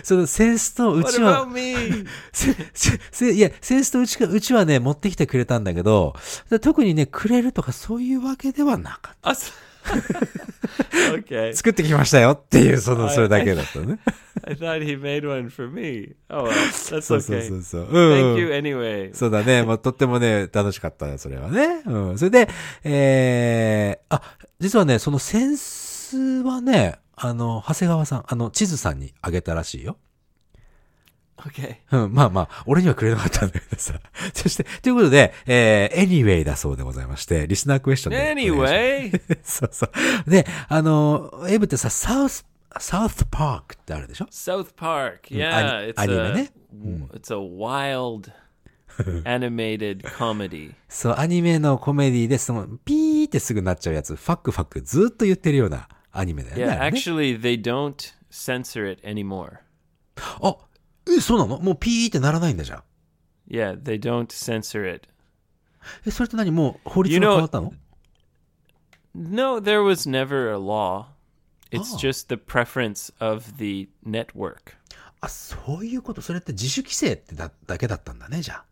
B: その扇子とう
A: What
B: ち
A: about
B: わ
A: me?
B: せ、せ、せ、いや、センスとうちか、うちはね、持ってきてくれたんだけど、で特にね、くれるとかそういうわけではなかった。
A: Us- okay.
B: 作ってきましたよっていう、その、それだけだったね。
A: I thought he made one for me. Oh, well, that's
B: そうそう
A: okay.
B: そうそう。
A: Thank
B: うん
A: you。anyway.
B: そうだね。ま あ、とってもね、楽しかったね、それはね。うん。それで、えー、あ、実はね、そのセンスはね、あの、長谷川さん、あの、地図さんにあげたらしいよ。
A: Okay.
B: うん、まあまあ、俺にはくれなかったんだけどさ。 そして、ということで、えー、anyway だそうでございまして、リスナークエスチョンでお願いします。
A: Anyway,
B: そうそう。で、あの、エブってさ、サウス、サウスパークってあるでしょ
A: South Park. Yeah,
B: Mm, ani- Hmm.
A: it's
B: anime,
A: a it's a wild animated comedy.
B: そう、アニメのコメディで、その、ピーってすぐなっちゃうやつ、ファックファックずっと言ってるようなアニメだよね。
A: Yeah,
B: あれね
A: actually they don't censor it anymore.
B: あ、え、そうなのもうピーってならないんだじゃん。
A: Yeah, they don't censor it.
B: え、それって何もう法律
A: You
B: が
A: know-
B: 変わったの
A: No, there was never a law. It's
B: Oh.
A: just the preference of the network.
B: あ、そういうこと。それって自主規制ってだだけだったんだね、じゃあ。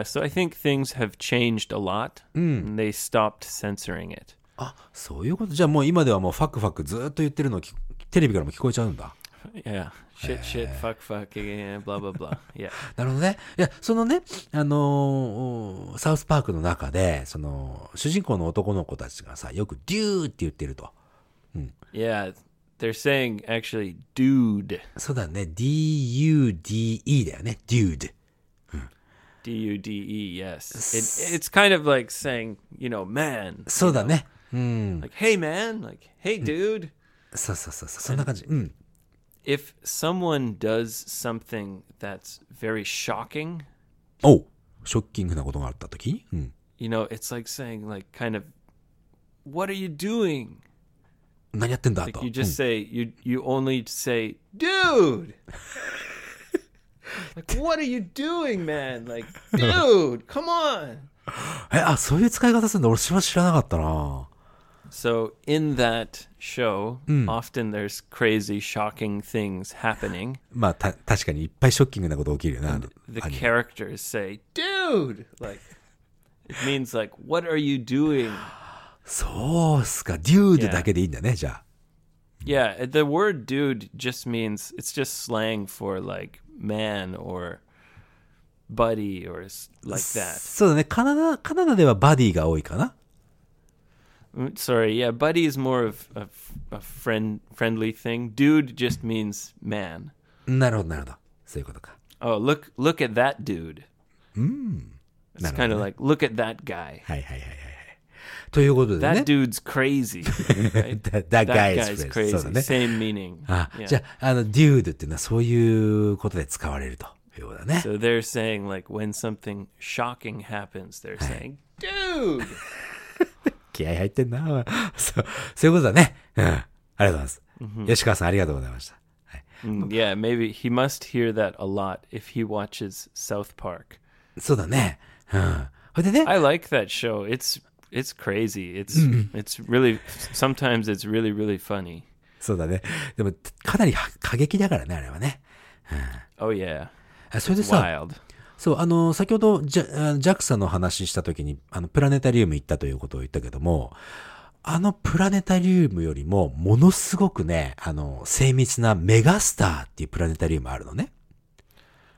A: Yeah, so I think things have changed a lot. And they stopped censoring it.
B: あ、そういうこと。じゃあもう今ではもうファックファックずーっと言ってるのをきテレビからも聞こえちゃうんだ。
A: Yeah. Shit, shit, fuck, fuck, yeah, yeah, blah, blah, blah. Yeah.
B: なるほどね。いや、そのね、あのーサウスパークの中で、その、主人公の男の子たちがさ、よくデューって言ってると。
A: Yeah. They're saying actually, dude.
B: そうだね。D-U-D-E だよね。dude。
A: D U D E, yes. It, it's kind of like saying, you know, man.
B: そうだね。
A: Like, hey, man. Like, hey, dude.
B: そうそうそうそう。そんな感じ。うん。
A: If someone does something that's very shocking,
B: おうショッキングなことがあった時うん。
A: you know, it's like saying, like, kind of, what are you doing?
B: 何やってんだ
A: Like,
B: と。
A: you just say, you, you only say, dude. like, what are you doing, man? Like, dude, come on.
B: え、あ、そういう使い方するんだ。俺、それは知らなかったな。
A: So in that show, often there's crazy, shocking things happening.
B: まあ、た、確かにいっぱいショッキングなこと起きるよな。
A: The
B: あの
A: characters say, "Dude," like it means like, "What are you doing?"
B: そうっすか。デューで
A: Yeah.
B: だけでいいんだね、じゃあ。
A: Yeah, uh, the word "dude" just means it's just slang for like man or buddy or s- like that.
B: そうだね。カナダ、カナダではバディが多いかな。
A: Mm, Sorry, yeah, buddy is more of a, a friend friendly thing. Dude just means man.
B: なるほど、なるほど。そういうことか。
A: Oh, look look at that dude.
B: Hmm.
A: Mm. It's kind of like look at that guy.
B: はいはいはいはいはい。ということで
A: That
B: ね。
A: dude's crazy. right?
B: That- that guy is crazy. そうだね
A: Same meaning.
B: あ
A: Yeah.
B: じゃあ、あの、デュードっていうのはそういうことで使われるということだね。
A: So they're saying like when something shocking happens, they're saying, "Dude."
B: 気合入ってんな。 そう、そういうことだね。うん。ありがとうございます。吉川さんありがとうございました。
A: Mm, yeah, maybe he must hear that a lot if he watches South Park.
B: そうだね。うん。ほいでね、
A: I like that show. It's it's crazy. It's it's really sometimes it's really really funny.
B: そうだね。でも、かなりは過激だからね、あれはね。
A: Oh yeah,
B: あそれでさ、
A: wild.
B: そう、あの、先ほどジャ、あの JAXA の話した時に、あの、プラネタリウム行ったということを言ったけども、あのプラネタリウムよりも、ものすごくね、あの、精密なメガスターっていうプラネタリウムあるのね。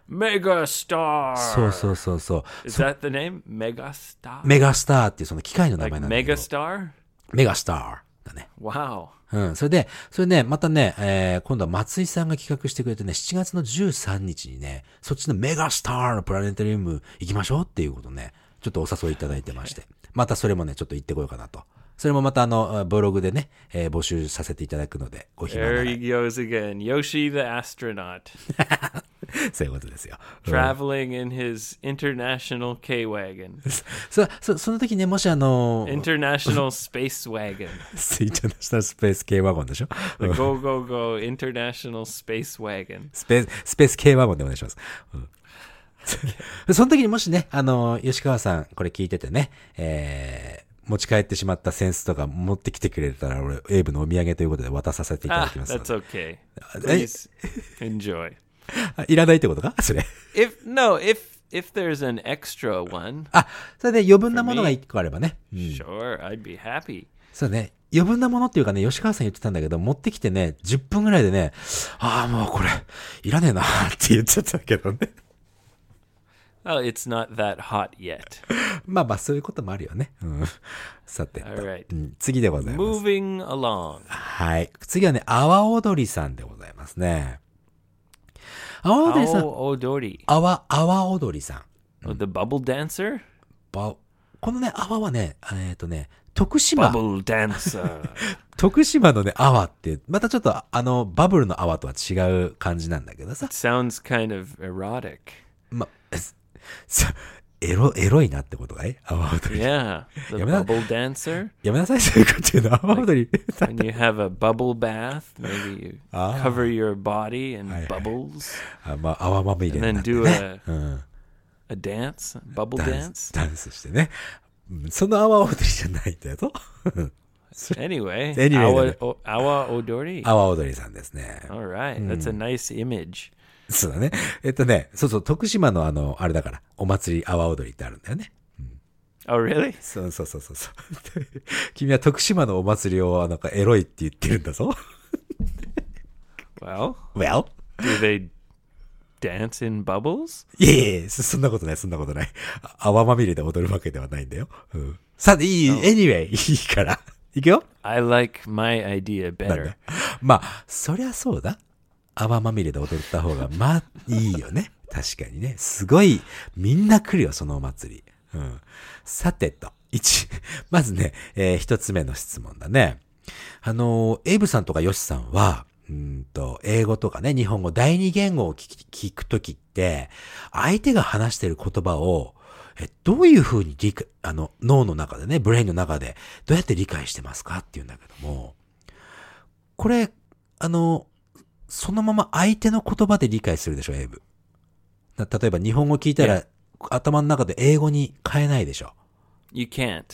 A: Mega Star.
B: そうそうそうそう。
A: Is that the name? Mega Star.
B: メガスターっていうその機械の名
A: Like
B: 前なんだけど
A: Mega Star.
B: メガスターだね。
A: Wow.
B: うん。それで、それね、またね、えー今度は松井さんが企画してくれてね、7月の13日にね、そっちのメガスターのプラネタリウム行きましょうっていうことね、ちょっとお誘いいただいてまして、またそれもね、ちょっと行ってこようかなと。それもまたあの、ブログでね、えー募集させていただくので、ご暇な
A: There
B: ら
A: he goes again. Yoshi the astronaut
B: そういうことですよ。
A: traveling in his international K wagon,
B: そ、そ、その時ね、もしあの、
A: international space wagon,
B: スイッチャーナショナルスペース系ワゴンでしょ
A: the go go go international space wagon.
B: スペース、スペース系ワゴンでお願いします。うん、 その時にもしね、あの、吉川さん、これ聞いててね、えー、持ち帰ってしまったセンスとか持ってきてくれたら、俺、エイブのお土産ということで渡させていただ
A: Ah,
B: きますの
A: that's
B: で。
A: okay.
B: Uh,
A: Please enjoy.
B: あいらないってことかそれ。
A: If no, if if there's an extra one,
B: あ、それで余分なものが一個あればね。うん。
A: sure, I'd be happy.
B: そうね。余分なものっていうかね、吉川さん言ってたんだけど、持ってきてね、10分ぐらいでね、ああ、もうこれ、いらねえなって言っちゃったけどね。
A: Well, it's not that hot yet.
B: まあまあ、そういうこともあるよね。うん。さてと、
A: Alright.
B: うん次でございます。
A: Moving along.
B: はい。次はね、阿波踊りさんでございますね。阿波踊りさん、
A: Oh, Odori,
B: 阿波、阿波踊りさん。
A: oh, the bubble dancer,
B: ばこのね、阿波はね、えっ、とね、徳島、
A: bubble dancer.
B: 徳島のね、阿波って、またちょっとあの、バブルの阿波とは違う感じなんだけどさ、
A: Sounds kind of erotic.
B: ま、さエロ、エロいなってことかい阿波踊り。
A: Yeah, the
B: Yeah, but that-
A: bubble dancer.
B: やめなさい、そういうこと言うの。阿波踊り。
A: When you have a bubble bath, maybe you
B: Ah.
A: cover your body in bubbles
B: あまあ、泡まみれ
A: and then
B: になって
A: do
B: ね。
A: a a dance, a bubble
B: ダンス
A: Uh. dance.
B: ダンスしてね。うんその阿波踊りじゃないんだよと。
A: Anyway,
B: Anyway,
A: awa,
B: then-
A: o, awa Hmm. odori.
B: 阿波踊りさんですね。
A: All right, that's a nice image.
B: そうだね。えっとね、そうそう、徳島のあの、あれだから、お祭り阿波踊りってあるんだよね。
A: Oh, really?
B: そうそうそうそう そう。で君は徳島のお祭りをなんかエロいって言ってるんだぞ。
A: Well,
B: Well?
A: do they dance in bubbles?
B: いえいえ、そそんなことない、そんなことない。あ泡まみれで踊るわけではないんだよ。うん、さて、いい、anyway、いいから。いくよ
A: I like my idea better.
B: まあ、そりゃそうだ。泡まみれで踊った方が、まあ、いいよね。 確かにね。すごい、みんな来るよ、そのお祭り。うん。さてと、一、まずね、えー一つ目の質問だね。あのーエイブさんとかヨシさんは、うーんと、英語とかね、日本語、第二言語を聞き聞くときって、相手が話してる言葉を、えどういうふうに理解、あの、脳の中でね、ブレインの中で、どうやって理解してますかっていうんだけども、これ、あの、そのまま相手の言葉で理解するでしょ、エイブ。な例えば日本語聞いたら、頭の中で英語に変えないでしょ。
A: You can't.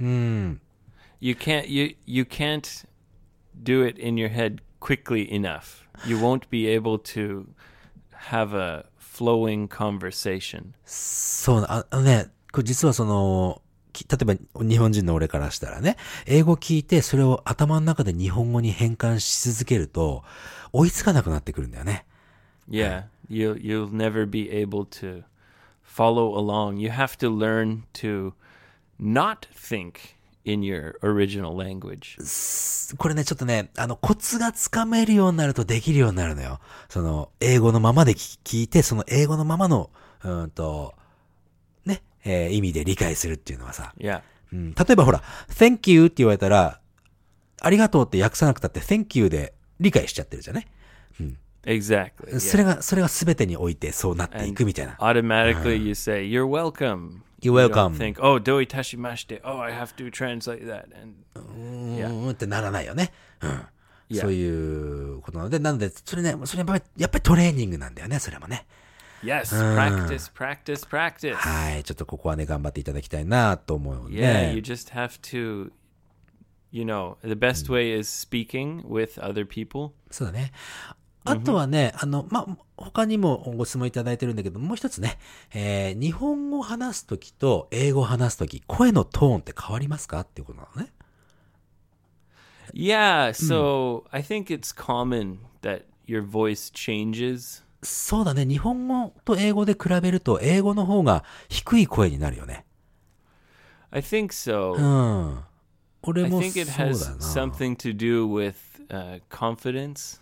A: Hmm.
B: うん。
A: You can't you you can't do it in your head quickly enough. You won't be able to have a flowing conversation.
B: そうな、ああのね、これ実はその、き例えば日本人の俺からしたらね、英語聞いてそれを頭の中で日本語に変換し続けると、追いつかなくなってくるんだよね。
A: Yeah, you you'll never be able to follow along. You have to learn to not think in your original language.
B: これね、ちょっとね、あの、コツがつかめるようになるとできるようになるのよ。その、英語のままで聞聞いて、その英語のままの、うーんと、ね、えー意味で理解するっていうのはさ。
A: Yeah.
B: うん、例えばほら、thank you って言われたら、ありがとうって訳さなくたって thank you で理解しちゃってるじゃない
A: Exactly. yeah.
B: それが、それが全てにおいてそうなっていくみたいな。
A: automatically you say you're welcome.
B: You're
A: You don't
B: welcome.
A: think oh doi tashimashite. Oh, I have to translate that. And
B: うーんってならないよね。うん。
A: Yeah.
B: そういうことなので、なので、それね、それやっぱりやっぱりトレーニングなんだよね、それもね。
A: yes,
B: Ah.
A: practice, practice, practice.
B: はい。ちょっとここはね、頑張っていただきたいなと思うよ
A: Yeah,
B: ね。
A: you just have to you know, the best
B: Mm.
A: way is speaking with other people.
B: そうだね。あとはね、あの、まあ、他にもご質問いただいてるんだけど、もう一つね、えー日本語を話すときと英語を話すとき、声のトーンって変わりますかっていうことなのね。Hmm.
A: Yeah, so I think it's common that your voice changes
B: そうだね。日本語と英語で比べると、英語の方が低い声になるよね。
A: I think so.
B: うん。俺
A: I
B: もそう
A: think it
B: だな
A: has。something to do with uh, confidence,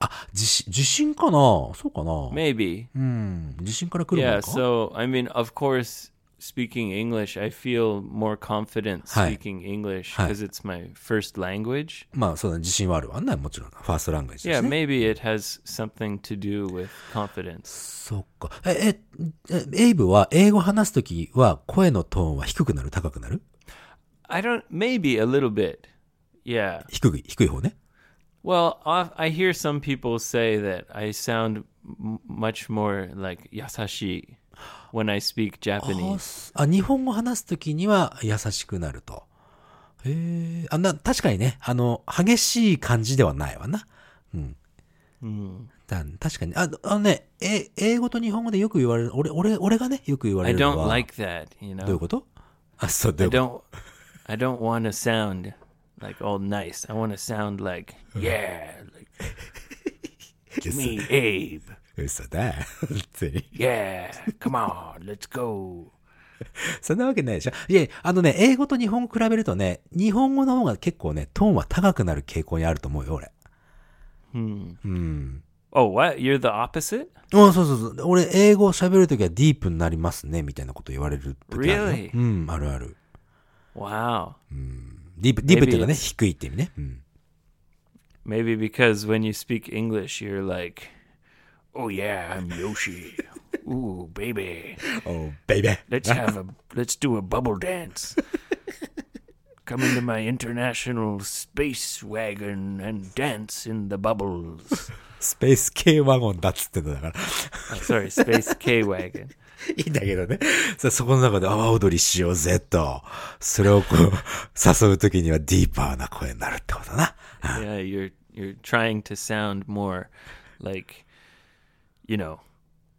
B: あ、自信、自信かなそうかな
A: maybe.
B: うん。自信から来るも
A: Yeah.
B: のか
A: So I mean, of course, speaking English, I feel more confident
B: Hi.
A: speaking English
B: Hi.
A: because it's my first language.
B: まあ、そうだね。自信はあるわね。もちろん。ファーストラングエージで
A: Yeah,
B: すね。
A: maybe it has something to do with confidence.
B: そっか。え、え、えエイブは英語話すときは声のトーンは低くなる高くなる
A: I don't. Maybe a little bit. Yeah.
B: 低い、低い方ね。
A: Well, I I hear some people say that I sound m- much more like yasashi when I speak
B: あ
A: Japanese.
B: すあ、日本語話すときには優しくなると。へえ、あ、な、確かにね、あの、激しい感じではないわな。うん。だ確かに。あ、あのね、え、英語と日本語でよく言われる、俺、俺、俺がね、よく言わ
A: I
B: れるの
A: don't
B: は。
A: like that, you
B: どういう
A: know.
B: ことあ、そう、どう
A: I
B: いうこと
A: don't I don't want to sound like all nice. I want to sound like
C: Yeah, like,
B: Yes.
C: me, Abe.
B: 嘘だ。 本当に
C: Yeah, come on, let's go.
B: そんなわけないでしょいえ、あのね、英語と日本語比べるとね、日本語の方が結構ね、トーンは高くなる傾向にあると思うよ、俺。
A: Oh, what? You're the opposite?
B: うん、そうそうそう。俺、英語を喋るときはディープになりますね、みたいなこと言われる時あるよ
A: Really？
B: うん、あるある。
A: Wow.
B: ディープ、ディープ
A: Maybe
B: っていうかね、
A: it's-
B: 低いって意味ね。 うん。
A: Maybe because when you speak English, you're like,
C: Oh yeah, I'm Yoshi. Ooh, baby,
B: おう、ベイベー。
C: let's have a let's do a bubble dance. Come into my international space wagon and dance in the bubbles.
B: スペース系ワゴンだっつってんだから。
A: oh, sorry, Space K Wagon.
B: いいんだけどね。さそこの中で阿波踊りしようぜと。それをこう、誘うときにはディーパーな声になるってことな。
A: Yeah, you're you're trying to sound more like you know,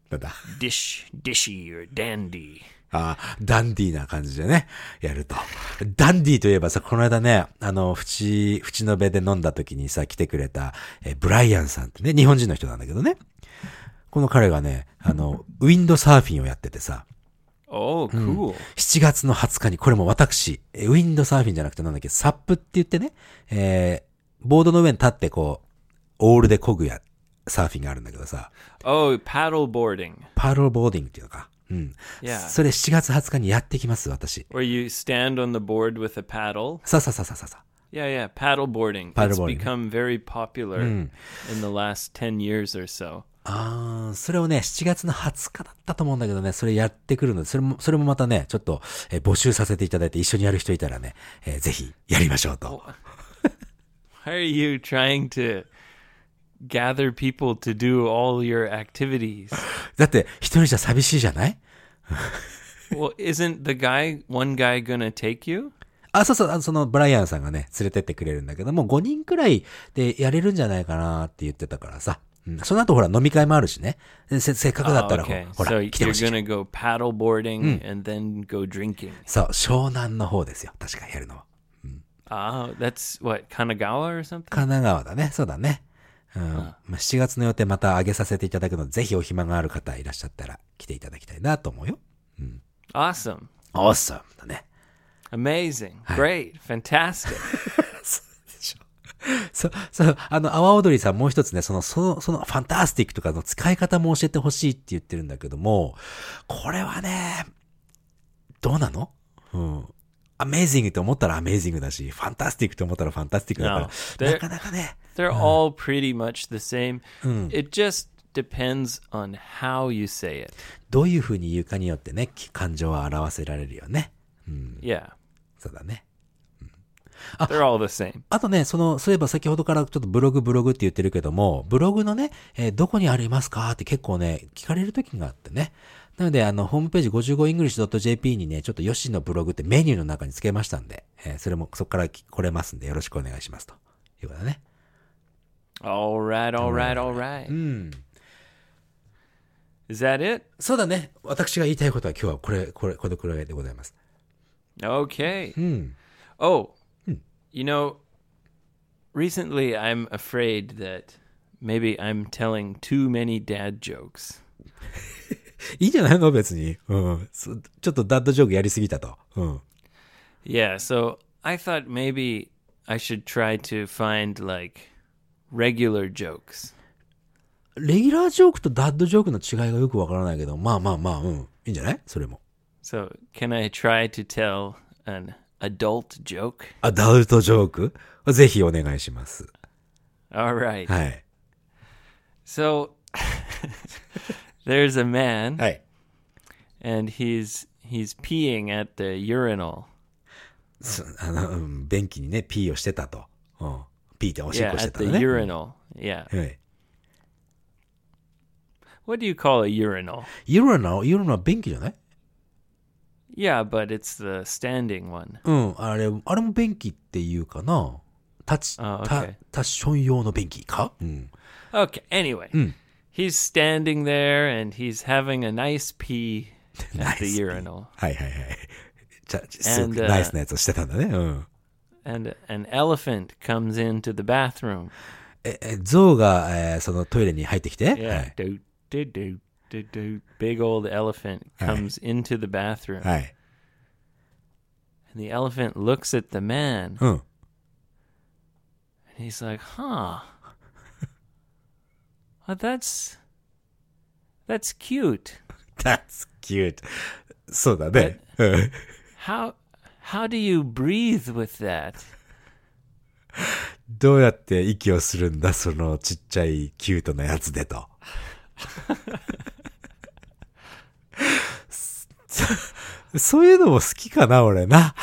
B: なんだ。
C: Dish, dishy, or dandy.
B: ああ、ダンディーな感じでね、やると。ダンディーといえばさ、この間ね、あの、淵、淵のべで飲んだ時にさ、来てくれた、え、ブライアンさんってね、日本人の人なんだけどね。この彼がね、あの、ウィンドサーフィンをやっててさ、
A: Oh, cool.
B: 7月の20日に、これも私、えウィンドサーフィンじゃなくてなんだっけ、サップって言ってね、えーボードの上に立ってこう、オールで漕ぐや、サーフィンがあるんだけどさ、
A: Oh, paddle boarding.
B: パドルボーディングっていうのか。うん。
A: Yeah.
B: それ7月20日にやってきます、私。
A: Where you stand on the board with a paddle.
B: さあさあさあさあさあさあ。
A: Yeah, yeah, paddle boarding. Hmm.
B: Paddle
A: it's
B: boarding.
A: become very popular in the last 10 years or so.
B: あーそれをね、7月の20日だったと思うんだけどね、それやってくるので、それも、それもまたね、ちょっと、えー募集させていただいて、一緒にやる人いたらね、えーぜひ、やりましょうと。
A: Why are you trying to gather people to do all your activities?
B: だって、一人じゃ寂しいじゃない
A: well, isn't the guy, one guy, gonna take you?
B: あ、そうそう、あのその、ブライアンさんがね、連れてってくれるんだけども、5人くらいでやれるんじゃないかなって言ってたからさ。うん、その後ほら、飲み会もあるしね。でせ、せっかくだったらほ、
A: okay,
B: ほ
A: so
B: ら、来て
A: you're
B: ほしいじゃん
A: gonna go paddle boarding and then go drinking.
B: そう、湘南の方ですよ。確かやるのは。
A: Ah, that's what Kanagawa or something.
B: 神奈川だね。そうだね。うん。まあ、7月の予定また上げさせていただくので、ぜひお暇がある方いらっしゃったら来ていただきたいなと思うよ。
A: Awesome,
B: オーサムだね。
A: amazing, great, fantastic.
B: そう、そう、あの、阿波踊りさんもう一つね、その、その、その、ファンタスティックとかの使い方も教えてほしいって言ってるんだけども、これはね、どうなのうん。アメイジングと思ったらアメイジングだし、ファンタスティックと思ったらファンタスティックだ
A: No,
B: から、な
A: they're
B: かなかね、
A: they're all pretty much the same. It just depends on how you say it.
B: どういう風に言うかによってね、き感情は表せられるよね。
A: Yeah,
B: そうだね。
A: they're all the same.
B: あとね、その、そういえば先ほどからちょっとブログブログって言ってるけども、ブログのね、えーどこにありますかって結構ね、聞かれる時があってね。なので、あの、ホームページ 55english.jp にね、ちょっとヨッシーのブログってメニューの中につけましたんで、えーそれもそこから来れますんでよろしくお願いしますと。いうことだね。
A: All right, all right, Hmm. all right. Is that it?
B: そうだね。私が言いたいことは今日はこれ、これ、これくらいでございます。
A: Okay. Oh, you know, recently I'm afraid that maybe I'm telling too many dad jokes.
B: いいんじゃないの別に。うん。そちょっとダッドジョークやりすぎたと。うん。
A: Yeah, so I thought maybe I should try to find like regular jokes.
B: レギュラージョークとダッドジョークの違いがよくわからないけど、まあまあまあ、うん。いいんじゃないそれも。
A: So, can I try to tell an adult joke?
B: アダルトジョークぜひお願いします。
A: All right.
B: はい。
A: So, there's a man
B: はい。
A: and he's he's peeing at the urinal.
B: そあの、うん便器にね、ピーをしてたと。うん。ピーっておしっ
A: Yeah,
B: こして
A: at
B: たの
A: the
B: ね。
A: urinal. Yeah.
B: はい。
A: What do you call a urinal?
B: ユロナ、ユロナは便器じゃない
A: Yeah, but it's the standing one.
B: うん。あれ、あれも便器っていうかな。立ち、
A: あ
B: た
A: OK
B: タッション用の便器かうん。
A: Okay, anyway.
B: Hmm.
A: He's standing there and he's having a nice pee at the
B: Nice pee.
A: urinal.
B: はいはいはい。じゃ、すご
A: And,
B: く
A: uh,
B: ナイスなやつをしてたんだね。うん。
A: And an elephant comes into the bathroom.
B: え、え、象が、えーそのトイレに入ってきて。は
A: Yeah.
B: い。
A: Do, do, do, do, do. Big old elephant comes into the bathroom.
B: はい。
A: And the elephant looks at the man
B: うん。
A: and he's like, huh. Well, that's. That's cute.
B: That's cute. そうだね。うん。
A: How how do you breathe with that?
B: どうやって息をするんだ、そのちっちゃいキュートなやつで と。そそういうのも好きかな、俺な。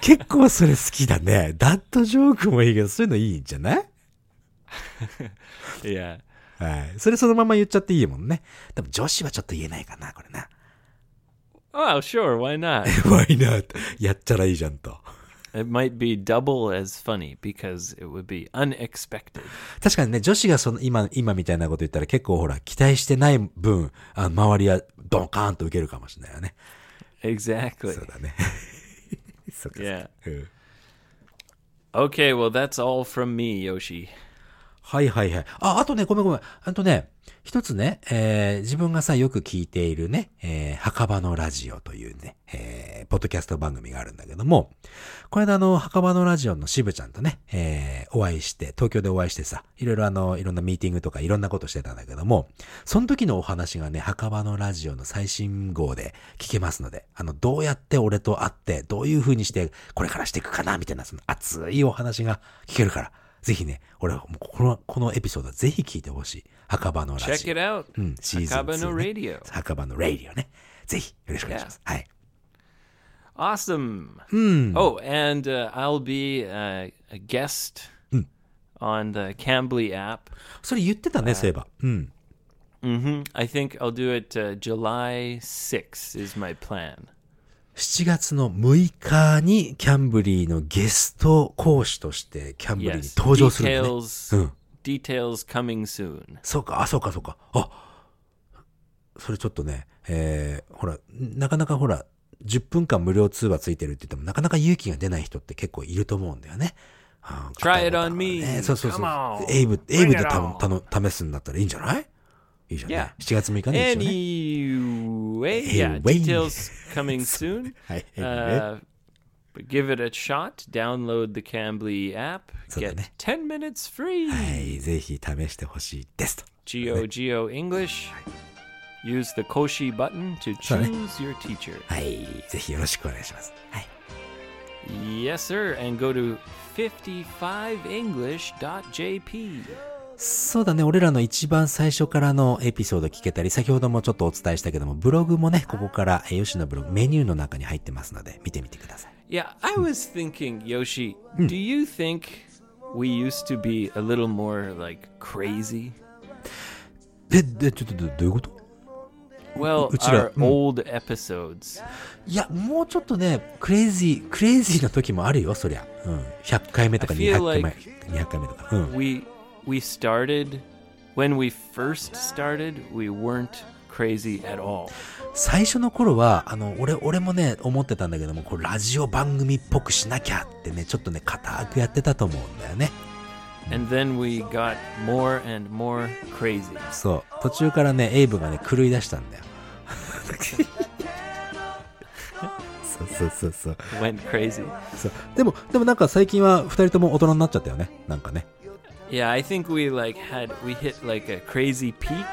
B: 結構それ好きだね。ダッドジョークもいいけど、そういうのいいんじゃない
A: Yeah.
B: はい。それそのまま言っちゃっていいもんね。でも女子はちょっと言えないかな、これな。
A: Oh, sure, why not?
B: ワイナやっちゃらいいじゃんと。
A: It might be double as funny because it would be unexpected.
B: 確かにね、女子がその今、今みたいなこと言ったら結構ほら、期待してない分、あの周りはドカーンと受けるかもしれないよね。
A: Exactly.
B: そうだね。そっかそっか
A: Yeah.
B: うん。
A: Okay, well, that's all from me, Yoshi.
B: はいはいはい。あ、あとね、ごめんごめん。あとね、一つね、えー自分がさ、よく聞いているね、えー墓場のラジオというね、えーポッドキャスト番組があるんだけども、この間あの、墓場のラジオの渋ちゃんとね、えーお会いして、東京でお会いしてさ、いろいろあの、いろんなミーティングとかいろんなことしてたんだけども、その時のお話がね、墓場のラジオの最新号で聞けますので、あの、どうやって俺と会って、どういう風にして、これからしていくかな、みたいな、その熱いお話が聞けるから、ぜひね、俺はもうこの、このエピソードはぜひ聞いてほしい。墓場のラジオ。
A: Check it out.
B: うん、シーズン2、ね。
A: Hakabano Radio.
B: 墓場のラジオね。ぜひ、よろしくお願いします。はい。
A: Awesome. Oh, and uh, I'll be uh, a guest on the Cambly app.
B: それ言ってたね、そういえば。うん。
A: hmm I think I'll do it uh, July 6th is my plan.
B: 7月の6日にキャンブリーのゲスト講師としてキャンブリーに
A: Yes.
B: 登場するんだね。
A: Details, details coming soon.
B: そうか、あ、そうか、そうか。あ、それちょっとね、えー、ほら、なかなかほら、10分間無料通話ついてるって言っても、なかなか勇気が出ない人って結構いると思うんだよね。あー
A: Try it on me.
B: ねそうそうそう
C: Come。on.
B: エイブ、エイブで
C: Bring it
B: た
C: on.
B: たの試すんだったらいいんじゃないいいじゃんね。
A: Yeah.
B: 7月6日ね、一応ね。
A: Anyway, yeah,
B: Anyway.
A: details coming soon.
B: はい。
A: Uh, but give it a shot. Download the Cambly app.
B: Sudane.
A: Get 10 minutes free.
B: はい、ぜひ試してほしいですと。
A: Geo Geo English. Use the Koshi button to
B: Sorry.
A: choose your teacher.
B: はい、ぜひよろしくお願いします。はい。
A: Yes, sir. And go to 55english.jp.
B: そうだね、俺らの一番最初からのエピソード聞けたり、先ほどもちょっとお伝えしたけども、ブログもね、ここから、えー、吉野ブログ、メニューの中に入ってますので、見てみてください。
A: Yeah, I was thinking, Yoshi, do you think we used to be a little more like crazy?
B: で、で、ちょっと、どどういうこと
A: Well, our
B: Uchira, mm.
A: old episodes.
B: いや、もうちょっとね、クレイジー、クレイジーな時もあるよ、そりゃ。うん。100回目とか
A: I feel
B: 200回目、
A: like-
B: 200回目とか。うん。
A: We we started when we first started, we weren't crazy at all.
B: 最初の頃は、あの、俺、俺もね、思ってたんだけども、こう、ラジオ番組っぽくしなきゃってね、ちょっとね、固くやってたと思うんだよね。
A: And then we got more and more crazy.
B: そう。途中からね、エイブがね、狂い出したんだよ。そうそうそうそう。
A: Went crazy.
B: そうでも、でもなんか最近は二人とも大人になっちゃったよね。なんかね。
A: Yeah, I think we like had we hit like a crazy peak.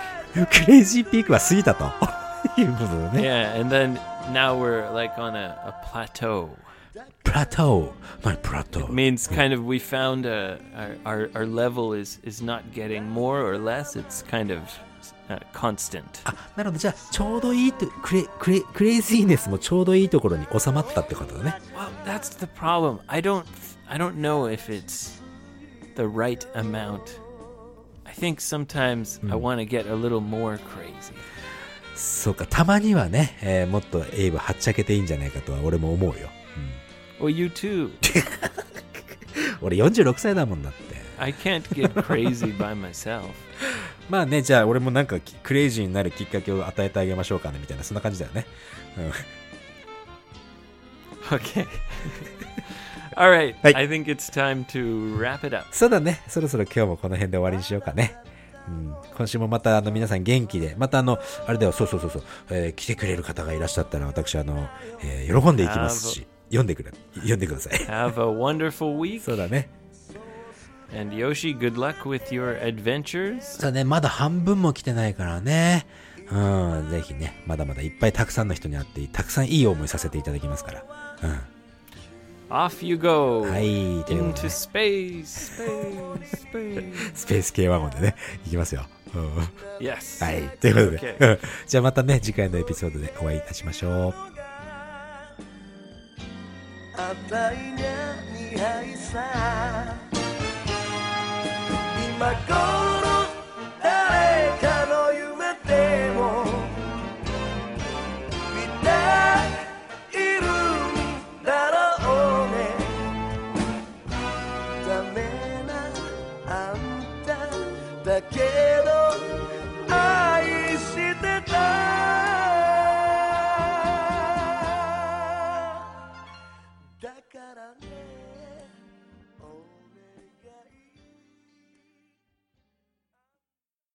B: クレイジーピークは過ぎたと。 いうことだね。
A: Yeah, and then now we're like on a, a plateau.
B: プラトー。何プラト
A: It
B: ー。
A: means kind of we found uh our, our our level is is not getting more or less. It's kind of uh, constant.
B: あ、なるほど。じゃあ、ちょうどいいと、クレ、クレ、クレイジーネスもちょうどいいところに収まったってことだね。
A: Well, that's the problem. I don't I don't know if it's the right amount. I think sometimes I want to get a little more crazy.
B: そうか。たまにはね、えーもっとエイブはっちゃけていいんじゃないかとは俺も思うよ。
A: Well, you too.
B: 俺46歳だもんだって。
A: I can't get crazy by myself.
B: まあね、じゃあ俺もなんかきクレイジーになるきっかけを与えてあげましょうかね、みたいな、そんな感じだよね。
A: Okay. All right.
B: Hey.
A: I think it's time to wrap it up.
B: そうだね、そろそろ今日もこの辺で終わりにしようかね。うん、今週もまたあの皆さん元気で、またあの、あれだよ、そうそうそうそう、えー来てくれる方がいらっしゃったら、私、あの、えー喜んでいきますし、読んでくれ、読んでく ださい。
A: Have a wonderful week.
B: そうだね。
A: And Yoshi, good luck with your adventures.
B: そうね、まだ半分も来てないからね。うん、ぜひね、まだまだいっぱいたくさんの人に会って、たくさんいい思いさせていただきますから。
A: Off you go.
B: はい、というこ
A: Into
B: とで
A: space. Space. Space.
B: スペース系ワゴンでね、いきますよ。うん
A: Yes.
B: はい。 ということで、
A: Okay.
B: うんじゃあまたね、次回のエピソードでお会いいたしましょう。
D: Atay niya ni Haisa Di magkawal